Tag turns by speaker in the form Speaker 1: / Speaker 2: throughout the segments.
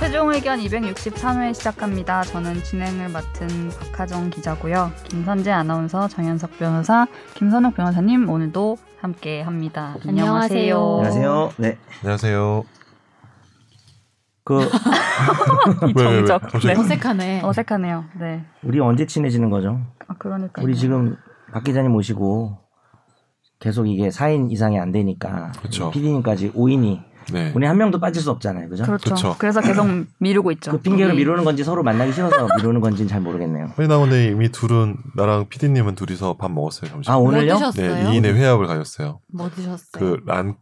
Speaker 1: 기자회견 263회 시작합니다. 저는 진행을 맡은 박하정 기자고요. 김선재 아나운서, 정현석 변호사, 김선욱 변호사님 오늘도 함께 합니다. 안녕하세요.
Speaker 2: 안녕하세요.
Speaker 3: 안녕하세요. 네.
Speaker 2: 안녕하세요.
Speaker 3: 그
Speaker 1: 이
Speaker 2: 왜, 왜, 왜?
Speaker 1: 정적.
Speaker 2: 갑자기?
Speaker 1: 네.
Speaker 4: 어색하네.
Speaker 1: 어색하네요. 네.
Speaker 3: 우리 언제 친해지는 거죠?
Speaker 1: 아, 그러니까.
Speaker 3: 우리 지금 박 기자님 모시고 계속 이게 4인 이상이 안 되니까
Speaker 2: 그쵸.
Speaker 3: PD님까지 5인이
Speaker 2: 네.
Speaker 3: 우리 한 명도 빠질 수 없잖아요. 그죠?
Speaker 1: 그렇죠. 음.
Speaker 2: 그쵸.
Speaker 1: 그래서 계속 미루고 있죠.
Speaker 3: 그 핑계로
Speaker 1: 우리-
Speaker 3: 미루는 건지 서로 만나기 싫어서 미루는 건지는 잘 모르겠네요.
Speaker 2: 아니 나 오늘 이미 둘은 나랑 PD님은 둘이서 밥 먹었어요 점심.
Speaker 3: 아
Speaker 4: 뭐
Speaker 3: 오늘요?
Speaker 2: 네,
Speaker 4: 드셨어요?
Speaker 2: 2인의 회합을 가졌어요.
Speaker 4: 뭐
Speaker 5: 네.
Speaker 4: 드셨어요?
Speaker 2: 그란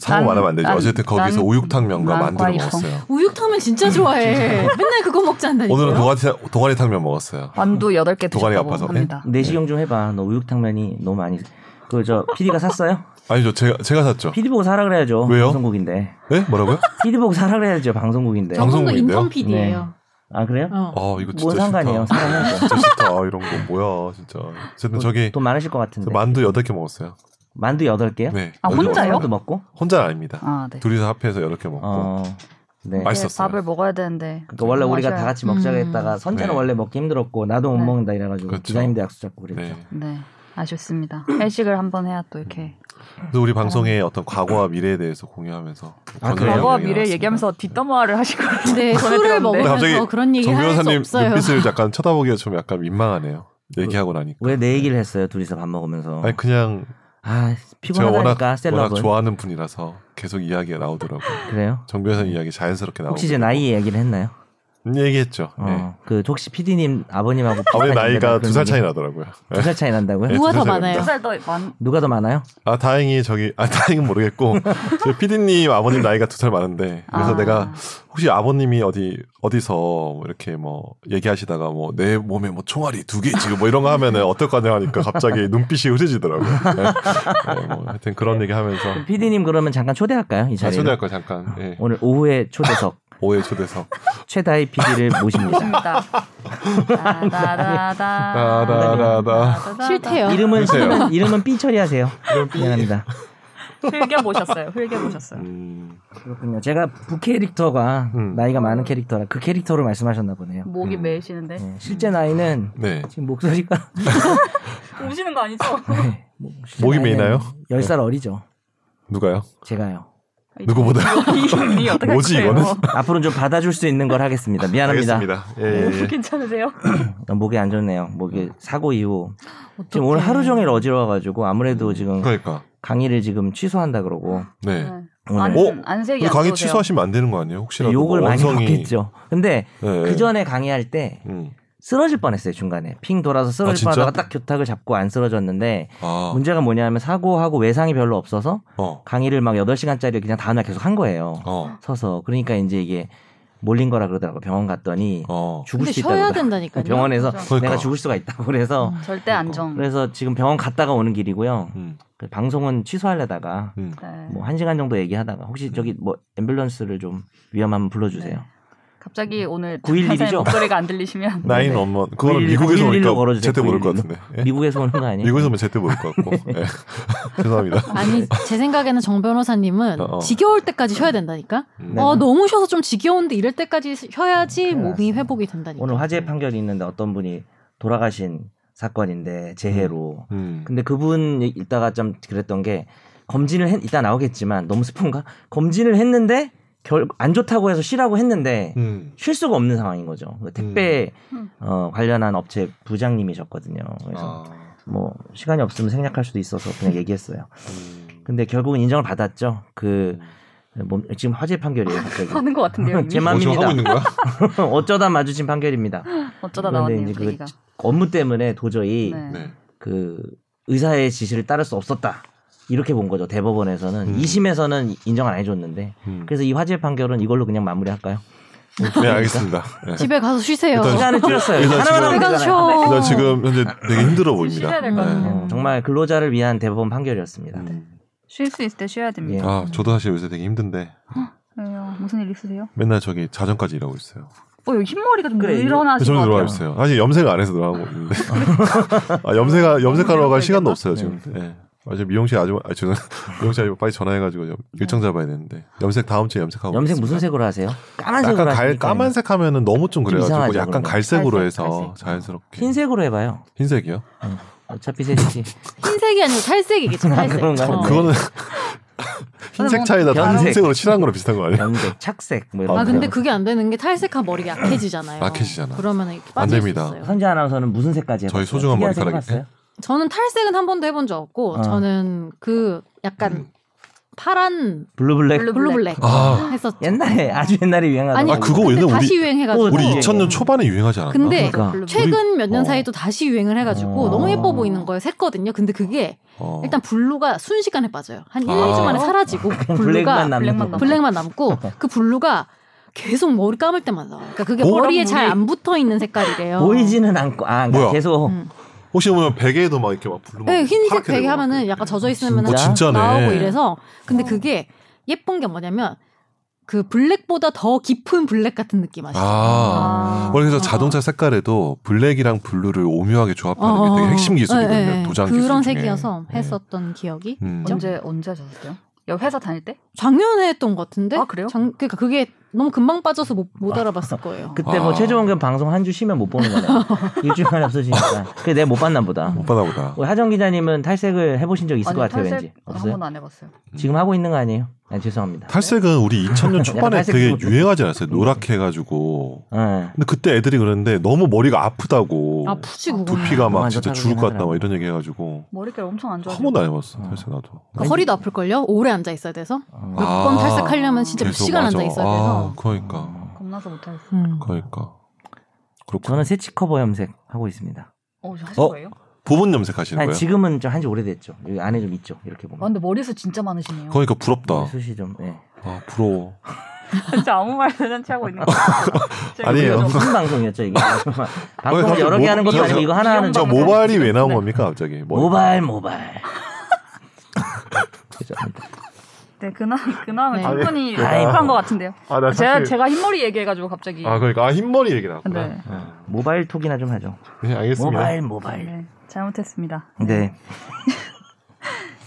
Speaker 2: 상호
Speaker 1: 난-
Speaker 2: 말하면 안 되죠.
Speaker 1: 난-
Speaker 2: 어쨌든 거기서
Speaker 1: 난-
Speaker 2: 우육탕면과
Speaker 1: 난과
Speaker 2: 만두를
Speaker 1: 이거.
Speaker 2: 먹었어요.
Speaker 4: 우육탕면 진짜 좋아해. 맨날 그거 먹지 않다니까.
Speaker 2: 오늘은 도가리 탕- 도가리 탕면 먹었어요.
Speaker 1: 만두 8개
Speaker 2: 도가리
Speaker 1: 드셨다고
Speaker 2: 아파서.
Speaker 1: 합니다.
Speaker 3: 네, 내시경 좀 해봐. 너 우육탕면이 너무 많이. 그 저 PD가 샀어요?
Speaker 2: 아니죠 제가 제가 샀죠.
Speaker 3: PD 보고 사라 그래야죠.
Speaker 2: 왜요?
Speaker 3: 방송국인데.
Speaker 2: 예? 뭐라고요?
Speaker 3: PD 보고 사라 그래야죠. 방송국인데.
Speaker 2: 방-
Speaker 4: 저분도
Speaker 2: 방송국인데요?
Speaker 4: 네, 인턴 PD예요.
Speaker 3: 아 그래요?
Speaker 4: 어.
Speaker 2: 어 이거 진짜
Speaker 3: 뭔 상관이에요?
Speaker 2: 싫다.
Speaker 3: 사랑해야죠.
Speaker 2: 진짜 싫다 아, 이런 거 뭐야 진짜. 어쨌든 저기
Speaker 3: 돈 많으실 것
Speaker 2: 네. 저
Speaker 3: 같은데.
Speaker 2: 만두 8개 먹었어요.
Speaker 3: 만두 8개요?
Speaker 2: 네.
Speaker 1: 아,
Speaker 2: 여덟 개
Speaker 1: 혼자요?
Speaker 2: 먹었어요.
Speaker 3: 만두 먹고?
Speaker 2: 혼자는 아닙니다.
Speaker 1: 아, 네.
Speaker 2: 둘이서 합해서 8개 먹고
Speaker 3: 어. 네.
Speaker 2: 맛있었어요.
Speaker 1: 밥을 먹어야 되는데.
Speaker 3: 그러니까 원래 우리가
Speaker 1: 맞아요.
Speaker 3: 다 같이 먹자고
Speaker 4: 음.
Speaker 3: 했다가 선재는
Speaker 2: 네.
Speaker 3: 원래 먹기 힘들었고 나도 못
Speaker 1: 네.
Speaker 3: 먹는다 이래가지고
Speaker 2: 그렇죠.
Speaker 3: 기자님도 약속 잡고 그랬죠.
Speaker 2: 네.
Speaker 1: 네. 아쉽습니다. 회식을 한번 해야 또 이렇게.
Speaker 2: 그래서 우리 방송의 어떤 과거와 미래에 대해서 공유하면서
Speaker 3: 아, 그래요? 아.
Speaker 1: 과거와
Speaker 2: 를
Speaker 1: 미래 얘기하면서 뒷담화를 하시고.
Speaker 4: 근데 술을
Speaker 1: 전해드렸는데.
Speaker 2: 먹으면
Speaker 4: 먹으면서
Speaker 2: 아, 갑자기
Speaker 4: 그런 얘기
Speaker 2: 정
Speaker 4: 할 수
Speaker 2: 변호사님
Speaker 4: 없어요.
Speaker 2: 눈빛을 약간 쳐다보기가 좀 약간 민망하네요. 얘기하고 나니까.
Speaker 3: 왜 내 얘기를 했어요? 둘이서 밥 먹으면서.
Speaker 2: 네. 아니 그냥
Speaker 3: 아
Speaker 2: 제가 워낙
Speaker 3: 피곤하다니까
Speaker 2: 워낙
Speaker 3: 셀럽은.
Speaker 2: 좋아하는 분이라서 계속 이야기가 나오더라고요.
Speaker 3: 그래요?
Speaker 2: 정 변호사님 이야기 자연스럽게 나오고.
Speaker 3: 혹시 제 나이 얘기를 했나요?
Speaker 2: 음, 얘기했죠.
Speaker 3: 어,
Speaker 2: 예.
Speaker 3: 그 혹시 PD님 아버님하고
Speaker 2: 아버님
Speaker 3: 비슷한
Speaker 2: 나이가
Speaker 3: 연배라
Speaker 2: 두
Speaker 3: 그런
Speaker 2: 살 차이
Speaker 3: 얘기?
Speaker 2: 나더라고요. 예.
Speaker 3: 두살 차이 난다고요?
Speaker 2: 예,
Speaker 4: 누가
Speaker 2: 두살
Speaker 4: 더
Speaker 2: 차이입니다.
Speaker 4: 많아요?
Speaker 1: 살더 많.
Speaker 3: 누가 더 많아요?
Speaker 2: 아 다행히 저기 아 다행은 모르겠고 저 피디님 아버님 나이가 두 살 많은데 그래서
Speaker 1: 아.
Speaker 2: 내가 혹시 아버님이 어디 어디서 뭐 이렇게 뭐 얘기하시다가 뭐 내 몸에 뭐 총알이 두 개 지금 뭐 이런 거 하면은 어떨 거냐 하니까 갑자기 눈빛이 흐려지더라고요. 네. 네, 뭐 하여튼 그런 얘기 하면서
Speaker 3: PD님 그러면 잠깐 아, 초대할까요? 어. 이
Speaker 2: 자
Speaker 3: 자리에.
Speaker 2: 아, 초대할 거 잠깐 예.
Speaker 3: 오늘 오후에 초대석
Speaker 2: 오해 초대석
Speaker 3: 최다희 PD를 모십니다.
Speaker 1: 좋습니다.
Speaker 2: 따다다다.
Speaker 4: 싫대요.
Speaker 3: 이름은
Speaker 2: 글쎄요.
Speaker 3: 이름은- 이름은 삐 처리하세요. 미안합니다.
Speaker 1: 흘겨 보셨어요. 흘겨 보셨어요.
Speaker 2: 음,
Speaker 3: 그렇군요. 제가 부 캐릭터가
Speaker 2: 음.
Speaker 3: 나이가 많은 캐릭터라 그 캐릭터로 말씀하셨나 보네요.
Speaker 1: 목이 메이시는데
Speaker 3: 네, 실제 나이는
Speaker 2: 네
Speaker 3: 지금 목소리가
Speaker 2: 음.
Speaker 1: 우시는 거 아니죠?
Speaker 3: 네,
Speaker 2: 목이 메이나요? 네.
Speaker 3: 10살 어리죠.
Speaker 2: 누가요?
Speaker 3: 제가요.
Speaker 2: 음. 누구보다
Speaker 1: 이 어떻게
Speaker 2: 뭐지, 이거는?
Speaker 3: 앞으로는 좀 받아줄 수 있는 걸 하겠습니다. 미안합니다. 어.
Speaker 2: 알겠습니다. 예, 예.
Speaker 1: 괜찮으세요?
Speaker 3: 아, 목이 안 좋네요. 목이
Speaker 2: 음.
Speaker 3: 사고 이후 지금 오늘 하루 종일 어지러워가지고 아무래도 지금
Speaker 2: 그러니까
Speaker 3: 강의를 지금 취소한다 그러고
Speaker 2: 네.
Speaker 3: 오늘
Speaker 2: 오!
Speaker 1: 안, 안색이
Speaker 2: 우리
Speaker 1: 안
Speaker 2: 강의
Speaker 1: 좋으세요.
Speaker 2: 취소하시면 안 되는 거 아니에요? 혹시라도
Speaker 3: 욕을
Speaker 2: 뭐
Speaker 3: 많이
Speaker 2: 원성이-
Speaker 3: 먹겠죠. 근데
Speaker 2: 예, 예.
Speaker 3: 그 전에 강의할 때
Speaker 2: 음.
Speaker 3: 쓰러질 뻔했어요 중간에 핑 돌아서
Speaker 2: 아,
Speaker 3: 쓰러질
Speaker 2: 진짜?
Speaker 3: 뻔하다가 딱 교탁을 잡고 안 쓰러졌는데
Speaker 2: 아,
Speaker 3: 문제가 뭐냐면 사고하고 외상이 별로 없어서
Speaker 2: 어,
Speaker 3: 강의를 막 8시간짜리 그냥 다음날 계속 한 거예요.
Speaker 2: 어,
Speaker 3: 서서. 그러니까 이제 이게 몰린 거라 그러더라고. 병원 갔더니
Speaker 2: 어.
Speaker 3: 죽을
Speaker 4: 근데
Speaker 3: 수
Speaker 4: 쉬어야
Speaker 3: 있다고.
Speaker 4: 된다니까요. 음.
Speaker 3: 네, 병원에서
Speaker 1: 그러니까.
Speaker 3: 내가 죽을 수가 있다고. 그래서
Speaker 1: 절대
Speaker 2: 그러니까.
Speaker 1: 안정.
Speaker 3: 그래서 지금 병원 갔다가 오는 길이고요.
Speaker 2: 음,
Speaker 3: 그 방송은 취소하려다가
Speaker 2: 음.
Speaker 1: 네.
Speaker 3: 뭐 1시간 정도 얘기하다가 혹시
Speaker 4: 음.
Speaker 3: 저기 뭐 앰뷸런스를 좀 위험하면 불러 주세요.
Speaker 1: 갑자기 오늘
Speaker 3: 9.11
Speaker 1: 선생님
Speaker 3: 이죠?
Speaker 1: 목소리가 안
Speaker 3: 네,
Speaker 1: 들리시면
Speaker 2: 나인 원먼 그거는
Speaker 3: 911
Speaker 2: 미국에서
Speaker 3: 911 로
Speaker 2: 오니까
Speaker 3: 걸어주세요.
Speaker 2: 제때 모를 것
Speaker 3: 911
Speaker 2: 같은데. 예?
Speaker 3: 미국에서 오는 네. 거 아니에요?
Speaker 2: 미국에서 오면 제때 모를 것 같고. 예. 죄송합니다.
Speaker 4: 아니 제 생각에는 정 변호사님은
Speaker 2: 어, 어.
Speaker 4: 지겨울 때까지 쉬어야 된다니까.
Speaker 2: 음.
Speaker 3: 네.
Speaker 4: 어 너무 쉬어서 좀 지겨운데 이럴 때까지 쉬어야지 몸이 회복이 된다니까.
Speaker 3: 오늘
Speaker 2: 음.
Speaker 3: 화재 판결이 있는데 어떤 분이 돌아가신 사건인데 재해로
Speaker 2: 음.
Speaker 3: 근데 그분 읽다가 좀 그랬던 게 검진을 했 이따 나오겠지만 너무 스폰가 검진을 했는데 결 안 좋다고 해서 쉬라고 했는데
Speaker 2: 음.
Speaker 3: 쉴 수가 없는 상황인 거죠. 그 택배
Speaker 1: 음.
Speaker 3: 어, 관련한 업체 부장님이셨거든요. 그래서
Speaker 2: 아,
Speaker 3: 뭐 시간이 없으면 생략할 수도 있어서 그냥 얘기했어요.
Speaker 2: 음.
Speaker 3: 근데 결국은 인정을 받았죠. 그 몸- 지금 화재 판결이에요. 갑자기
Speaker 1: 하는 것 같은데요. 이미?
Speaker 3: 제
Speaker 2: 어, 지금 하고
Speaker 3: 맘입니다.
Speaker 2: 있는 거야?
Speaker 3: 어쩌다 마주친 판결입니다.
Speaker 1: 어쩌다
Speaker 3: 그런데
Speaker 1: 나왔네요.
Speaker 3: 이제 그
Speaker 1: 얘기가.
Speaker 3: 업무 때문에 도저히
Speaker 1: 네.
Speaker 2: 네.
Speaker 3: 그 의사의 지시를 따를 수 없었다. 이렇게 본 거죠. 대법원에서는
Speaker 2: 음.
Speaker 3: 이 2심에서는 인정을 안 해줬는데
Speaker 2: 음.
Speaker 3: 그래서 그러니까. 이 화재 판결은 이걸로 그냥 마무리할까요?
Speaker 2: 네, 알겠습니다. 예.
Speaker 4: 집에 가서 쉬세요.
Speaker 2: 일단
Speaker 3: 시간을 줄였어요.
Speaker 2: 일단
Speaker 3: 하나만 하면
Speaker 4: 집에 가서
Speaker 3: 되잖아요.
Speaker 4: 쉬어.
Speaker 2: 나 지금 현재 되게 힘들어 보입니다.
Speaker 1: 쉬어야 될것
Speaker 2: 예.
Speaker 1: 같아요.
Speaker 3: 어, 정말 근로자를 위한 대법원 판결이었습니다.
Speaker 2: 음.
Speaker 1: 쉴 수 있을 때 쉬어야 됩니다.
Speaker 2: 아, 저도 사실 요새 되게 힘든데
Speaker 3: 예.
Speaker 1: 왜요? 무슨 일 있으세요?
Speaker 2: 맨날 저기 자정까지 일하고 있어요.
Speaker 1: 어 여기 흰머리가 좀
Speaker 3: 그래,
Speaker 1: 늘어나신
Speaker 2: 저도
Speaker 1: 것
Speaker 2: 들어와
Speaker 1: 같아요.
Speaker 2: 있어요. 사실 염색 안 해서 들어가고 있는데. 아, 염색, 염색하러 갈 시간도 없어요, 지금. 예. 아, 지금 미용실 아주 아 죄송 미용실 아주 빨리 전화해가지고 여- 일정 잡아야 되는데 염색 다음 주에 염색하고
Speaker 3: 염색
Speaker 2: 있습니다.
Speaker 3: 무슨 색으로 하세요? 까만색으로
Speaker 2: 약간 갈
Speaker 3: 하십니까? 아니면
Speaker 2: 까만색 하면은 너무
Speaker 3: 좀
Speaker 2: 좀 그래가지고
Speaker 3: 이상하죠,
Speaker 2: 약간
Speaker 3: 그러면.
Speaker 2: 갈색으로
Speaker 1: 갈색,
Speaker 2: 해서
Speaker 1: 갈색.
Speaker 2: 자연스럽게
Speaker 3: 흰색으로 해봐요.
Speaker 2: 흰색이요?
Speaker 3: 어차피 셋이지.
Speaker 5: 흰색이 아니고 탈색이겠죠.
Speaker 3: 아,
Speaker 5: 탈색.
Speaker 3: 그런가요?
Speaker 5: 어.
Speaker 3: 네.
Speaker 2: 그거는 흰색
Speaker 1: 뭐
Speaker 2: 차이다 다
Speaker 3: 연색.
Speaker 2: 흰색으로 칠한 거랑 비슷한 거 아니에요?
Speaker 3: 염색, 착색 뭐 이런.
Speaker 2: 아,
Speaker 5: 아 근데
Speaker 3: 거.
Speaker 5: 그게 안 되는 게 탈색한 머리가 약해지잖아요.
Speaker 2: 약해지잖아.
Speaker 5: 그러면 이렇게
Speaker 2: 안
Speaker 5: 빠질 수
Speaker 2: 됩니다.
Speaker 5: 있어요.
Speaker 3: 선재 아나운서는 무슨 색까지 해봤어요?
Speaker 2: 저희 소중한
Speaker 3: 특이한 색
Speaker 2: 머리카락이-
Speaker 3: 해봤어요?
Speaker 5: 저는 탈색은 한 번도 해본 적 없고
Speaker 3: 어.
Speaker 5: 저는 그 약간 파란
Speaker 3: 블루블랙.
Speaker 5: 블루블랙
Speaker 2: 아.
Speaker 5: 했었죠.
Speaker 3: 옛날에 아주 옛날에 유행하던.
Speaker 5: 아니
Speaker 2: 아,
Speaker 3: 거.
Speaker 2: 그거
Speaker 5: 근데
Speaker 2: 옛날에
Speaker 5: 다시
Speaker 2: 우리-
Speaker 5: 유행해가지고
Speaker 2: 우리
Speaker 3: 어.
Speaker 2: 2000년 초반에 유행하지 않았나?
Speaker 5: 근데
Speaker 3: 그러니까.
Speaker 5: 최근 몇 년
Speaker 2: 어.
Speaker 5: 사이 또 다시 유행을 해가지고
Speaker 3: 어.
Speaker 5: 너무 예뻐 보이는 거예요. 샜거든요. 근데 그게
Speaker 2: 어.
Speaker 5: 일단 블루가 순식간에 빠져요. 한 1,
Speaker 2: 아.
Speaker 5: 2주 만에 사라지고 블루가
Speaker 3: 블랙만 남는
Speaker 1: 블랙만
Speaker 3: 거.
Speaker 1: 남아.
Speaker 5: 블랙만 남고 그 블루가 계속 머리 감을 때마다 나와요. 그러니까 그게
Speaker 2: 보라물이-
Speaker 5: 머리에 잘 안 붙어 있는 색깔이래요.
Speaker 3: 보이지는 않고 아 그러니까
Speaker 2: 뭐야?
Speaker 3: 계속
Speaker 5: 음.
Speaker 2: 혹시 보면 베개에도 막 이렇게 막 블루 막
Speaker 5: 네, 흰색
Speaker 2: 뭐 파랗게
Speaker 5: 베개
Speaker 2: 되고 막
Speaker 5: 하면은
Speaker 2: 이렇게.
Speaker 5: 약간 젖어 있으면
Speaker 2: 어, 진짜네. 어.
Speaker 5: 나오고 이래서 근데 그게 예쁜 게 뭐냐면 그 블랙보다 더 깊은 블랙 같은 느낌 아시죠?
Speaker 2: 아.
Speaker 1: 아.
Speaker 2: 원래 그래서
Speaker 5: 어.
Speaker 2: 자동차 색깔이랑 블랙이랑 블루를 오묘하게 조합하는 게 되게 핵심 기술이거든요.
Speaker 5: 어, 네, 네.
Speaker 2: 도장 기술
Speaker 5: 그런
Speaker 2: 중에.
Speaker 5: 색이어서
Speaker 2: 네.
Speaker 5: 했었던 기억이
Speaker 2: 음.
Speaker 5: 있죠?
Speaker 1: 언제 언제 하셨어요? 여 회사 다닐 때?
Speaker 5: 작년에 했던 것 같은데
Speaker 1: 아, 그래요?
Speaker 5: 작- 그러니까 그게 너무 금방 빠져서 못, 못 알아봤을 거예요.
Speaker 3: 그때 뭐
Speaker 2: 아.
Speaker 3: 최종원 방송 한 주 쉬면 못 보는 거네. 일주일간 없어지니까. 그래 내가 못 봤나 보다.
Speaker 2: 못 받아 보다.
Speaker 5: 어.
Speaker 3: 우리 하정 기자님은 탈색을 해보신 적 있을 것 음. 같아요 왠지. 없어요? 음.
Speaker 1: 한번 안 해봤어요.
Speaker 3: 지금 하고 있는 거 아니에요? 아 죄송합니다.
Speaker 2: 탈색은 우리 2000년 초반에
Speaker 3: 탈색
Speaker 2: 되게
Speaker 3: 그거 좀-
Speaker 2: 유행하지 않았어요. 노랗게 해가지고.
Speaker 3: 예.
Speaker 2: 근데 그때 애들이 그랬는데 너무 머리가 아프다고.
Speaker 5: 아프지 그거.
Speaker 2: 두피가 막
Speaker 3: 그만
Speaker 2: 진짜
Speaker 3: 좋다고
Speaker 2: 죽을 것 같다
Speaker 3: 하더라고.
Speaker 2: 막 이런 얘기 해가지고.
Speaker 1: 머릿결 엄청 안 좋아.
Speaker 2: 한 번도 안 해봤어.
Speaker 3: 어.
Speaker 2: 탈색 나도.
Speaker 5: 그러니까 허리도 아플 걸요. 오래 앉아 있어야 돼서
Speaker 3: 어.
Speaker 5: 몇 번 탈색하려면 진짜 몇
Speaker 2: 계속
Speaker 5: 시간
Speaker 2: 맞아.
Speaker 5: 앉아 있어야 돼서.
Speaker 2: 아, 그러니까.
Speaker 1: 겁나서 못하겠어.
Speaker 5: 음.
Speaker 2: 그러니까. 그렇고.
Speaker 3: 저는 세치커버 염색 하고 있습니다.
Speaker 1: 어, 이거 하신
Speaker 2: 어?
Speaker 1: 거예요?
Speaker 2: 부분 염색하시는
Speaker 3: 아니,
Speaker 2: 거예요?
Speaker 3: 지금은 좀 한지 오래됐죠. 여기 안에 좀 있죠.
Speaker 1: 아,
Speaker 3: 이렇게 보면.
Speaker 1: 근데 머리숱 진짜 많으시네요.
Speaker 2: 그러니까 부럽다.
Speaker 3: 숱이 좀. 예.
Speaker 2: 아 부러워.
Speaker 1: 진짜 아무 말도 안 하고 있는 거
Speaker 2: 아니에요.
Speaker 3: 이거 무슨 방송이었죠 이게? 방송
Speaker 2: 갑자기
Speaker 3: 여러 개
Speaker 2: 모-
Speaker 3: 하는 것도
Speaker 2: 저-
Speaker 3: 아니고 이거 하나 하는
Speaker 2: 저
Speaker 1: 저
Speaker 3: 거.
Speaker 2: 모발이 왜 나온
Speaker 1: 네.
Speaker 2: 겁니까 갑자기? 머리.
Speaker 3: 모발 모발. 죄송합니다.
Speaker 1: 네, 근황 근황은
Speaker 5: 네.
Speaker 1: 충분히
Speaker 2: 아,
Speaker 1: 입한 것 같은데요.
Speaker 2: 아, 나
Speaker 1: 제가
Speaker 2: 사실-
Speaker 1: 제가 흰머리 얘기해가지고 갑자기.
Speaker 2: 아 그러니까 아 흰머리 얘기 나왔구나.
Speaker 1: 네.
Speaker 3: 예. 모발 톡이나 좀 하죠.
Speaker 2: 네, 알겠습니다.
Speaker 3: 모발 모발.
Speaker 1: 네, 잘못했습니다.
Speaker 3: 네.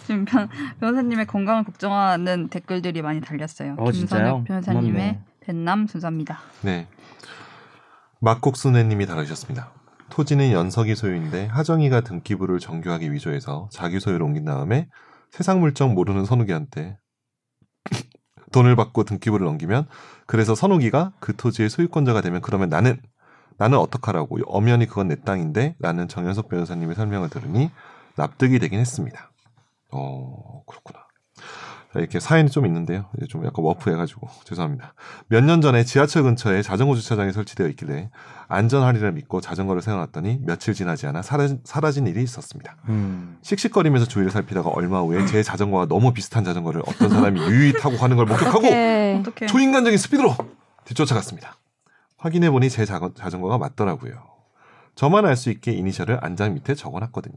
Speaker 1: 지금 변, 변호사님의 건강을 걱정하는 댓글들이 많이 달렸어요.
Speaker 3: 어, 진짜요?
Speaker 1: 김선욱 변호사님의
Speaker 3: 고맙네요.
Speaker 1: 뱃남 순서입니다.
Speaker 2: 네. 막국수네님이 다루셨습니다. 토지는 연석이 소유인데 하정이가 등기부를 정교하게 위조해서 자기 소유로 옮긴 다음에 세상 물정 모르는 선욱이한테 돈을 받고 등기부를 넘기면 그래서 선욱이가 그 토지의 소유권자가 되면 그러면 나는 나는 어떡하라고 엄연히 그건 내 땅인데 라는 정현석 변호사님의 설명을 들으니 납득이 되긴 했습니다. 어 그렇구나. 자, 이렇게 사연이 좀 있는데요. 이제 좀 약간 워프해가지고 죄송합니다. 몇 년 전에 지하철 근처에 자전거 주차장이 설치되어 있길래 안전하리라 믿고 자전거를 세워놨더니 며칠 지나지 않아 사라진, 사라진 일이 있었습니다.
Speaker 3: 음.
Speaker 2: 씩씩거리면서 주위를 살피다가 얼마 후에 제 자전거와 너무 비슷한 자전거를 어떤 사람이 유유히 타고 가는 걸 목격하고
Speaker 5: 어떡해.
Speaker 1: 어떻게?
Speaker 2: 초인간적인 스피드로 뒤쫓아갔습니다. 확인해보니 제 자- 자전거가 맞더라고요. 저만 알 수 있게 이니셜을 안장 밑에 적어놨거든요.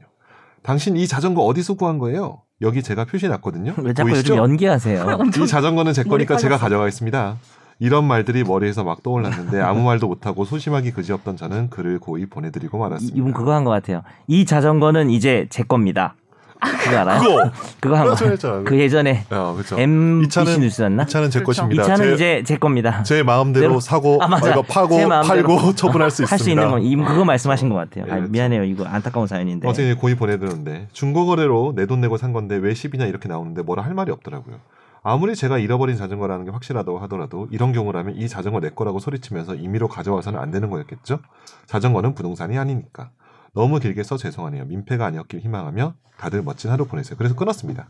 Speaker 2: 당신 이 자전거 어디서 구한 거예요? 여기 제가 표시해놨거든요.
Speaker 3: 왜 자꾸
Speaker 2: 보이시죠?
Speaker 3: 요즘 연기하세요?
Speaker 2: 이 자전거는 제 거니까
Speaker 1: 머리
Speaker 2: 제가
Speaker 1: 빠졌어.
Speaker 2: 가져가겠습니다. 이런 말들이 머리에서 막 떠올랐는데 아무 말도 못하고 소심하기 그지없던 저는 글을 고이 보내드리고
Speaker 3: 이-
Speaker 2: 말았습니다.
Speaker 3: 이분 그거 한 것 같아요. 이 자전거는 이제 제 겁니다. 그거 알아요?
Speaker 2: 그거!
Speaker 3: 그거 한 거.
Speaker 2: 그거 했잖아.
Speaker 3: 그 예전에
Speaker 2: 야, 그쵸. 이
Speaker 3: MBC
Speaker 2: 차는-
Speaker 3: 뉴스였나?
Speaker 2: 이 차는 제
Speaker 1: 그렇죠.
Speaker 2: 것입니다.
Speaker 3: 이 차는
Speaker 2: 제,
Speaker 3: 이제 제 겁니다.
Speaker 2: 제 마음대로
Speaker 3: 내로-
Speaker 2: 사고
Speaker 3: 아, 맞아.
Speaker 2: 이거
Speaker 3: 제
Speaker 2: 파고
Speaker 3: 마음대로.
Speaker 2: 팔고 처분할 수 있습니다.
Speaker 3: 할 수 있는 건 이분 그거 말씀하신 것 같아요.
Speaker 2: 예,
Speaker 3: 아,
Speaker 2: 그렇죠.
Speaker 3: 미안해요. 이거 안타까운 사연인데.
Speaker 2: 어제 고이 보내드렸는데 중고거래로 내 돈 내고 산 건데 왜 10이냐 이렇게 나오는데 뭐라 할 말이 없더라고요. 아무리 제가 잃어버린 자전거라는 게 확실하다고 하더라도 이런 경우라면 이 자전거 내 거라고 소리치면서 임의로 가져와서는 안 되는 거였겠죠? 자전거는 부동산이 아니니까. 너무 길게 써 죄송하네요. 민폐가 아니었길 희망하며 다들 멋진 하루 보내세요. 그래서 끊었습니다.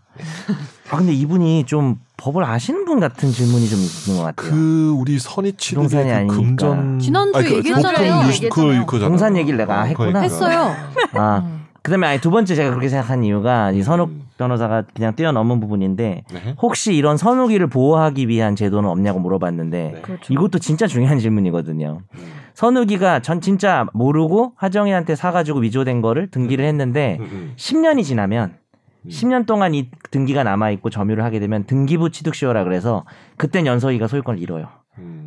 Speaker 3: 아 근데 이분이 좀 법을 아시는 분 같은 질문이 좀 있는 것 같아요.
Speaker 2: 그 우리 선이
Speaker 3: 치르게 부동산이 그 아니니까. 금전-
Speaker 5: 지난주에 아니, 그 얘기했잖아요. 보통
Speaker 1: 뉴스 그- 얘기했잖아요. 그거잖아요.
Speaker 2: 산
Speaker 3: 동산 얘기를 내가 했구나.
Speaker 5: 했어요.
Speaker 3: 아
Speaker 5: 음.
Speaker 3: 그다음에 아니 두 번째 제가 그렇게 생각한 이유가 이 선욱
Speaker 2: 음.
Speaker 3: 변호사가 그냥 뛰어넘은 부분인데 혹시 이런 선욱이를 보호하기 위한 제도는 없냐고 물어봤는데
Speaker 2: 네.
Speaker 1: 그렇죠.
Speaker 3: 이것도 진짜 중요한 질문이거든요. 선욱이가 전 진짜 모르고 하정이한테 사가지고 위조된 거를 등기를 했는데 10년이 지나면
Speaker 2: 음.
Speaker 3: 10년 동안 이 등기가 남아 있고 점유를 하게 되면 등기부 취득시효라 그래서 그땐 연서이가 소유권을 잃어요.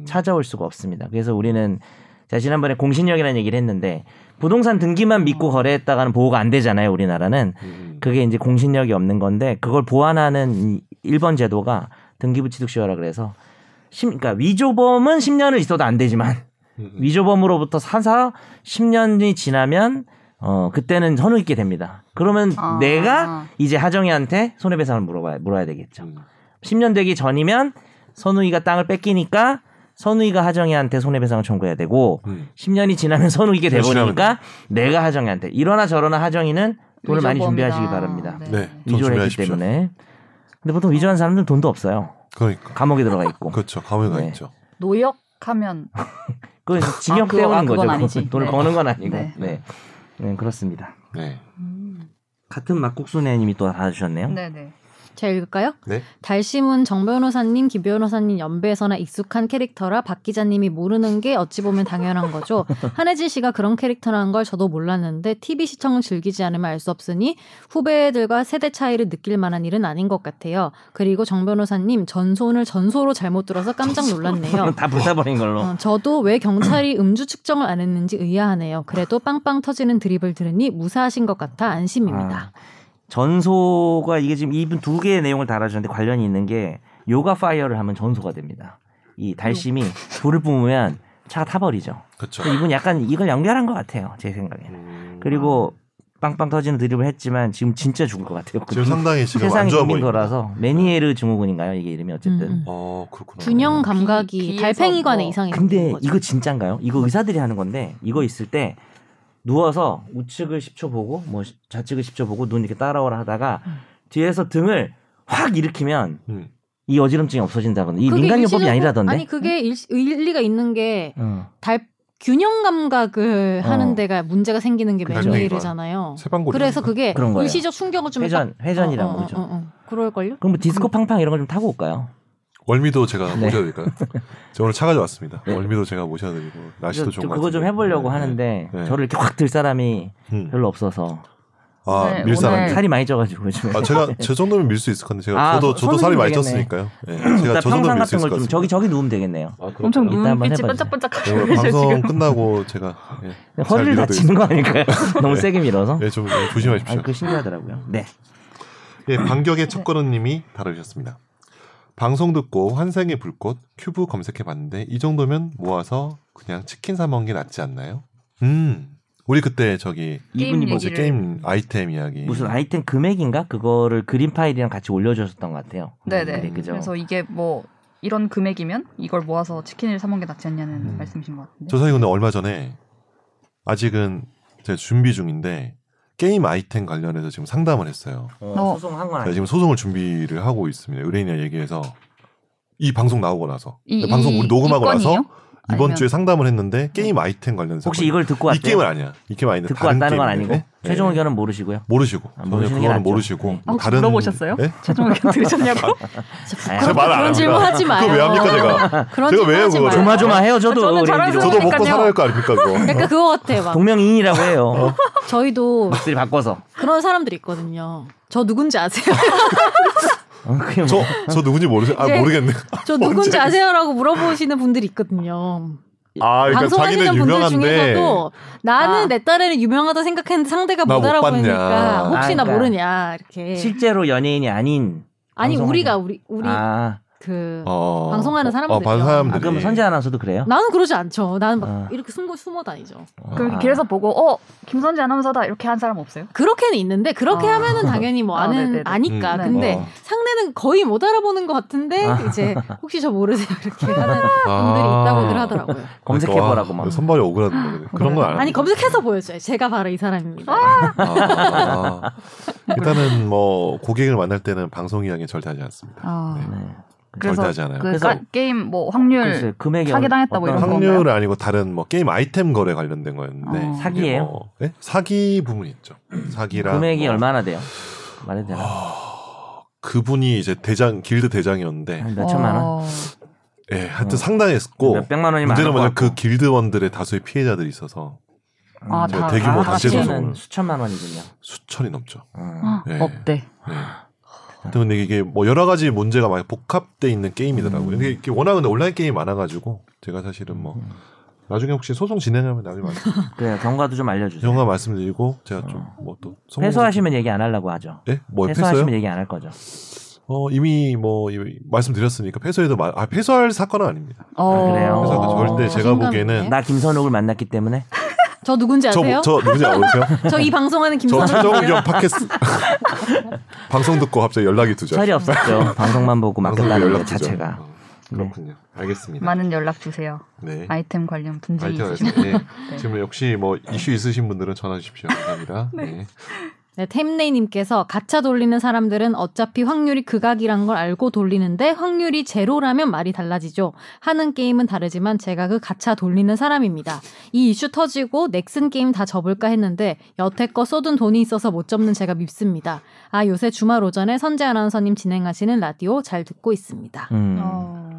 Speaker 3: 찾아올 수가 없습니다. 그래서 우리는 제가 지난번에 공신력이라는 얘기를 했는데 부동산 등기만 믿고 거래했다가는 보호가 안 되잖아요. 우리나라는 그게 이제 공신력이 없는 건데 그걸 보완하는 이 1번 제도가 등기부취득시효라 그래서 심, 그러니까 위조범은 10년을 있어도 안 되지만 음, 위조범으로부터 사서 10년이 지나면 어 그때는 선우 있게 됩니다. 그러면
Speaker 1: 아.
Speaker 3: 내가 이제 하정이한테 손해배상을 물어봐야 물어야 되겠죠. 10년 되기 전이면 선우이가 땅을 뺏기니까 선우이가 하정이한테 손해배상을 청구해야 되고 10년이 네, 지나면 선우이게 돼
Speaker 2: 열심히
Speaker 3: 버리니까 내가 하정이한테 이러나 저러나 하정이는 돈을 많이
Speaker 1: 위조범이다.
Speaker 3: 준비하시기 바랍니다.
Speaker 2: 네. 돈
Speaker 3: 위조를 했기
Speaker 2: 준비하십시오.
Speaker 3: 때문에. 근데 보통 위조한 사람들은 돈도 없어요.
Speaker 2: 그러니까
Speaker 3: 감옥에 들어가 있고.
Speaker 2: 그렇죠. 가면 가
Speaker 3: 네.
Speaker 2: 있죠.
Speaker 1: 노역하면
Speaker 3: 그 징역
Speaker 1: 아, 그거-
Speaker 3: 때우는
Speaker 1: 아, 그건
Speaker 3: 거죠.
Speaker 1: 아니지.
Speaker 3: 돈을
Speaker 1: 네.
Speaker 3: 버는 건 아니고.
Speaker 1: 네.
Speaker 3: 네. 네. 그렇습니다.
Speaker 2: 네.
Speaker 3: 같은 막국수네님이 또 달아주셨네요.
Speaker 1: 네네.
Speaker 5: 제가 읽을까요?
Speaker 2: 네.
Speaker 5: 달심은 정 변호사님, 김 변호사님 연배에서나 익숙한 캐릭터라 박 기자님이 모르는 게 어찌 보면 당연한 거죠. 한혜진 씨가 그런 캐릭터라는 걸 저도 몰랐는데 TV 시청을 즐기지 않으면 알 수 없으니 후배들과 세대 차이를 느낄 만한 일은 아닌 것 같아요. 그리고 정 변호사님 전손을 전소로 잘못 들어서 깜짝 놀랐네요.
Speaker 3: 다 불타버린 걸로.
Speaker 1: 아,
Speaker 5: 어, 저도 왜 경찰이 음주 측정을 안 했는지 의아하네요. 그래도 빵빵 터지는 드립을 들으니 무사하신 것 같아 안심입니다.
Speaker 3: 아, 전소가 이게 지금 이분 두 개의 내용을 달아주는데 관련이 있는 게 요가 파이어를 하면 전소가 됩니다. 이 달심이 불을 뿜으면 차가 타버리죠.
Speaker 2: 그렇죠.
Speaker 3: 그러니까 이분 약간 이걸 연결한 것 같아요. 제 생각에는. 그리고 빵빵 터지는 드립을 했지만 지금 진짜 죽을 것 같아요.
Speaker 2: 지금 상당히 지금 안
Speaker 3: 세상이
Speaker 2: 좋아
Speaker 3: 생긴
Speaker 2: 보이고.
Speaker 3: 거라서 매니에르 증후군인가요? 이게 이름이 어쨌든.
Speaker 5: 음, 음.
Speaker 2: 어 그렇구나.
Speaker 5: 균형 감각이
Speaker 1: 비- 비에서
Speaker 5: 달팽이관에
Speaker 1: 뭐-
Speaker 5: 이상이
Speaker 3: 근데
Speaker 5: 생기는 거죠.
Speaker 3: 이거 진짠가요? 이거 의사들이 하는 건데 이거 있을 때 누워서 우측을 10초 보고 뭐 시- 좌측을 10초 보고 눈 이렇게 따라오라 하다가
Speaker 5: 음.
Speaker 3: 뒤에서 등을 확 일으키면
Speaker 2: 음.
Speaker 3: 이 어지럼증이 없어진다거나 이
Speaker 5: 그게
Speaker 3: 민간요법이
Speaker 5: 일시적으로-
Speaker 3: 아니라던데.
Speaker 5: 아니 그게 일, 리가 있는 게
Speaker 3: 어.
Speaker 5: 달, 균형 감각을
Speaker 3: 어.
Speaker 5: 하는 데가 문제가 생기는 게
Speaker 2: 그러니까
Speaker 5: 매뉴에르잖아요.
Speaker 2: 세방고.
Speaker 5: 그래서 그게
Speaker 3: 그런 거예요.
Speaker 5: 일시적 충격을 좀
Speaker 3: 회전 회전이라고
Speaker 5: 어, 어,
Speaker 3: 그러죠.
Speaker 5: 어, 어, 어. 그럴걸요?
Speaker 3: 그럼 뭐 디스코 팡팡 이런 걸 좀 타고 올까요?
Speaker 2: 월미도 제가
Speaker 3: 네.
Speaker 2: 모셔드릴까요? 저 오늘 차 가져왔습니다.
Speaker 3: 네.
Speaker 2: 월미도 제가 모셔드리고
Speaker 3: 저,
Speaker 2: 날씨도
Speaker 3: 저
Speaker 2: 좋은 것
Speaker 3: 그거 좀
Speaker 2: 같은데.
Speaker 3: 해보려고
Speaker 2: 네,
Speaker 3: 하는데
Speaker 2: 네.
Speaker 3: 저를 이렇게 확 들 사람이
Speaker 2: 네. 음.
Speaker 3: 별로 없어서
Speaker 2: 아
Speaker 1: 네,
Speaker 2: 밀사람.
Speaker 1: 오늘-
Speaker 3: 살이 많이 쪄가지고 요즘에.
Speaker 2: 아 제가 제 정도면 밀 수 있을 건데 제가
Speaker 3: 아,
Speaker 2: 저도
Speaker 3: 소-
Speaker 2: 저도 살이 많이
Speaker 3: 손으로
Speaker 2: 쪘으니까요. 예, 제가 저
Speaker 3: 평상
Speaker 2: 정도면 밀
Speaker 3: 같은 걸
Speaker 2: 수 있을 것
Speaker 3: 좀
Speaker 2: 같습니다.
Speaker 3: 저기 저기 누우면 되겠네요.
Speaker 2: 그렇죠.
Speaker 1: 엄청
Speaker 3: 일단 한번
Speaker 1: 눈빛이
Speaker 3: 해봐주세요.
Speaker 1: 반짝반짝
Speaker 2: 네, 오늘
Speaker 1: 거리죠
Speaker 2: 방송
Speaker 1: 지금.
Speaker 2: 끝나고 제가 예, 잘
Speaker 3: 허리를
Speaker 2: 밀어드리겠습니다.
Speaker 3: 다치는 거 아닐까요? 너무 세게 밀어서.
Speaker 2: 예, 좀
Speaker 3: 아,
Speaker 2: 조심하십시오.
Speaker 3: 그거 신기하더라고요. 네.
Speaker 2: 예, 반격의 첫걸음님이 다루셨습니다. 방송 듣고 환생의 불꽃 큐브 검색해 봤는데 이 정도면 모아서 그냥 치킨 사 먹는 게 낫지 않나요? 음, 우리 그때 저기
Speaker 3: 이분이
Speaker 1: 게임
Speaker 3: 뭐
Speaker 2: 뭐지
Speaker 1: 얘기를-
Speaker 2: 게임 아이템 이야기
Speaker 3: 무슨 아이템 금액인가 그거를 그림 파일이랑 같이 올려주셨던 것 같아요.
Speaker 1: 네네.
Speaker 3: 네, 그죠.
Speaker 1: 그래서 이게 뭐 이런 금액이면 이걸 모아서 치킨을 사 먹는 게 낫지 않냐는
Speaker 2: 음.
Speaker 1: 말씀이신 것 같은데.
Speaker 2: 저 사실 근데 얼마 전에 아직은 제가 준비 중인데 게임 아이템 관련해서 지금 상담을 했어요.
Speaker 1: 어.
Speaker 3: 소송한 건
Speaker 2: 제가 지금 소송을 준비를 하고 있습니다. 의뢰인이랑 얘기해서 이 방송 나오고 나서
Speaker 1: 이-
Speaker 2: 방송
Speaker 1: 이-
Speaker 2: 우리 녹음하고
Speaker 1: 이
Speaker 2: 나서
Speaker 1: 건이요?
Speaker 2: 이번
Speaker 1: 아니면-
Speaker 2: 주에 상담을 했는데 게임 아이템 관련해서
Speaker 3: 혹시 이걸 듣고
Speaker 2: 이
Speaker 3: 왔대요?
Speaker 2: 게임은 아니야. 이 게임 아닌데
Speaker 3: 듣고 왔다는 건 아니고
Speaker 2: 게임인데. 네.
Speaker 3: 최종 의견은 모르시고요.
Speaker 2: 모르시고
Speaker 3: 아,
Speaker 2: 전혀
Speaker 3: 모르시는 게
Speaker 2: 그거는
Speaker 3: 낫죠.
Speaker 2: 모르시고
Speaker 1: 아, 혹시 물어보셨어요?
Speaker 2: 네?
Speaker 1: 최종 의견 들으셨냐고?
Speaker 5: 진짜
Speaker 3: 아유,
Speaker 5: 부끄럽게
Speaker 2: 말안
Speaker 5: 그런
Speaker 2: 합니다.
Speaker 5: 질문 하지 마요.
Speaker 2: 그거 왜 합니까 제가?
Speaker 5: 그런
Speaker 2: 제가
Speaker 5: 질문
Speaker 2: 왜요,
Speaker 5: 하지
Speaker 2: 그거를?
Speaker 5: 마요.
Speaker 3: 조마조마해요. 저도
Speaker 1: 저는 잘하는
Speaker 3: 어린이로.
Speaker 2: 아, 저도 뭐 먹고
Speaker 1: 그러니까요.
Speaker 2: 살아야 할 거 아닙니까 그거.
Speaker 5: 그러니까 그거 같아요. 막
Speaker 3: 동명이인이라고
Speaker 2: 어.
Speaker 3: 해요.
Speaker 5: 저희도
Speaker 3: 목소리 바꿔서.
Speaker 5: 그런 사람들 이 있거든요. 저 누군지 아세요?
Speaker 3: 어, 그게 뭐-
Speaker 2: 저, 저 누군지 모르세요? 아
Speaker 5: 이제-
Speaker 2: 모르겠네.
Speaker 5: 저 누군지 아세요라고 물어보시는 분들이 있거든요.
Speaker 2: 아 그러니까
Speaker 5: 방송하시는
Speaker 2: 자기는
Speaker 5: 분들
Speaker 2: 유명한데
Speaker 5: 중에서도 나는
Speaker 1: 아.
Speaker 5: 내 딸에는 유명하다 생각했는데 상대가
Speaker 2: 나
Speaker 5: 못
Speaker 2: 못 봤냐.
Speaker 5: 알아보니까 혹시나
Speaker 3: 아, 그러니까.
Speaker 5: 모르냐
Speaker 1: 네.
Speaker 5: 이렇게.
Speaker 3: 실제로 연예인이 아닌.
Speaker 5: 아니
Speaker 3: 방송하는-
Speaker 5: 우리가 우리 우리
Speaker 3: 아,
Speaker 5: 그
Speaker 2: 어,
Speaker 5: 방송하는
Speaker 2: 어,
Speaker 5: 사람들이요.
Speaker 2: 방송 사람들이.
Speaker 3: 아 그럼 선재 아나운서도 그래요?
Speaker 5: 나는 그러지 않죠. 나는 막
Speaker 3: 아.
Speaker 5: 이렇게 숨고 숨어 다니죠.
Speaker 1: 그럼
Speaker 3: 아.
Speaker 1: 길에서 보고 어 김선재 아나운서다 이렇게 한 사람 없어요?
Speaker 5: 그렇게는 있는데 그렇게
Speaker 1: 아.
Speaker 5: 하면은 당연히 뭐
Speaker 1: 아,
Speaker 5: 아는
Speaker 1: 네네네.
Speaker 5: 아니까.
Speaker 1: 음, 네.
Speaker 5: 근데
Speaker 2: 어.
Speaker 5: 상대는 거의 못 알아보는 것 같은데
Speaker 3: 아.
Speaker 5: 이제 혹시 저 모르세요 이렇게 하는 분들이
Speaker 2: 아.
Speaker 5: 있다고들 하더라고요. 어.
Speaker 3: 검색해보라고 막.
Speaker 2: 선발이 억울한데 그런 건 안.
Speaker 5: 아니 검색해서 보여줘요. 제가 바로 이 사람입니다.
Speaker 2: 아, 아, 아. 일단은 뭐 고객을 만날 때는 방송 이야기 절대 하지 않습니다.
Speaker 1: 아
Speaker 2: 네.
Speaker 3: 네.
Speaker 1: 그래서
Speaker 2: 절대 하지 않아요.
Speaker 1: 그
Speaker 3: 그래서-
Speaker 1: 까- 게임 뭐 확률
Speaker 3: 글쎄, 금액이
Speaker 1: 사기당했다 뭐
Speaker 3: 어떤-
Speaker 1: 이런 거.
Speaker 2: 확률은 아니고 다른 뭐 게임 아이템 거래 관련된 거였는데
Speaker 1: 어.
Speaker 2: 이게
Speaker 3: 사기예요?
Speaker 2: 뭐- 네? 사기 부분 있죠. 사기랑
Speaker 3: 금액이
Speaker 2: 뭐
Speaker 3: 얼마나 돼요? 말해도 되나?
Speaker 2: 그분이 이제 대장 길드 대장이었는데
Speaker 3: 한 몇천만 원?
Speaker 1: 어,
Speaker 2: 예, 하여튼
Speaker 3: 아, 어.
Speaker 2: 상당했고
Speaker 3: 몇 백만 원이면
Speaker 2: 문제는
Speaker 3: 안할것
Speaker 2: 뭐냐 그
Speaker 3: 같고.
Speaker 2: 길드원들의 다수의 피해자들이 있어서
Speaker 1: 아,
Speaker 2: 제가
Speaker 1: 다-
Speaker 2: 그 대규모 음.
Speaker 1: 아,
Speaker 2: 단체
Speaker 1: 합치면-
Speaker 2: 소송을
Speaker 3: 음. 수천만 원이군요.
Speaker 2: 수천이 넘죠.
Speaker 3: 어.
Speaker 1: 아,
Speaker 2: 네.
Speaker 1: 없대.
Speaker 2: 네. 하여튼 근데 이게 뭐 여러 가지 문제가 많이 복합돼 있는 게임이더라고요.
Speaker 3: 음.
Speaker 2: 근데 이게 워낙 근데 온라인 게임이 많아가지고 제가 사실은 뭐 나중에 혹시 소송 진행하면 나중에 말씀
Speaker 3: 그래요. 경과도 좀 알려주세요.
Speaker 2: 영화 말씀드리고 제가 좀 뭐 또
Speaker 3: 어.
Speaker 2: 성공-
Speaker 3: 패소하시면 얘기 안 하려고 하죠.
Speaker 2: 예? 뭐 패소요?
Speaker 3: 패소하시면 얘기 안 할 거죠.
Speaker 2: 어 이미 뭐 이- 말씀드렸으니까 패소해도 말, 아 패소할 사건은 아닙니다.
Speaker 5: 어.
Speaker 3: 그래요?
Speaker 2: 패소
Speaker 3: 어.
Speaker 2: 절대 제가
Speaker 5: 자신감
Speaker 2: 보기에는
Speaker 5: 있네.
Speaker 3: 나 김선욱을 만났기 때문에
Speaker 5: 저 누군지
Speaker 2: 저, 뭐
Speaker 5: 아세요?
Speaker 2: 저 누구지 아세요?
Speaker 5: 저 이 방송하는
Speaker 2: 저 최종
Speaker 5: 김선욱이요.
Speaker 2: 의견 팟캐스트 방송 듣고 갑자기 연락이 두죠.
Speaker 3: 철이 없었죠. 방송만 보고
Speaker 2: 방송 듣고
Speaker 3: 맡겼다는 것
Speaker 2: 두죠.
Speaker 3: 자체가. 네.
Speaker 2: 어, 그렇군요. 알겠습니다.
Speaker 1: 많은 연락 주세요.
Speaker 2: 네.
Speaker 1: 아이템 관련 분쟁이
Speaker 2: 아이템
Speaker 1: 있으시면
Speaker 2: 알겠습니다. 네.
Speaker 1: 네.
Speaker 2: 지금 역시 뭐 이슈 있으신 분들은 전화 주십시오. 감사합니다. 네.
Speaker 5: 네, 템레이님께서 가차 돌리는 사람들은 어차피 확률이 극악이란 걸 알고 돌리는데 확률이 제로라면 말이 달라지죠. 하는 게임은 다르지만 제가 그 가차 돌리는 사람입니다. 이 이슈 터지고 넥슨 게임 다 접을까 했는데 여태껏 쏟은 돈이 있어서 못 접는 제가 밉습니다. 아 요새 주말 오전에 선재 아나운서님 진행하시는 라디오 잘 듣고 있습니다.
Speaker 3: 음.
Speaker 1: 어...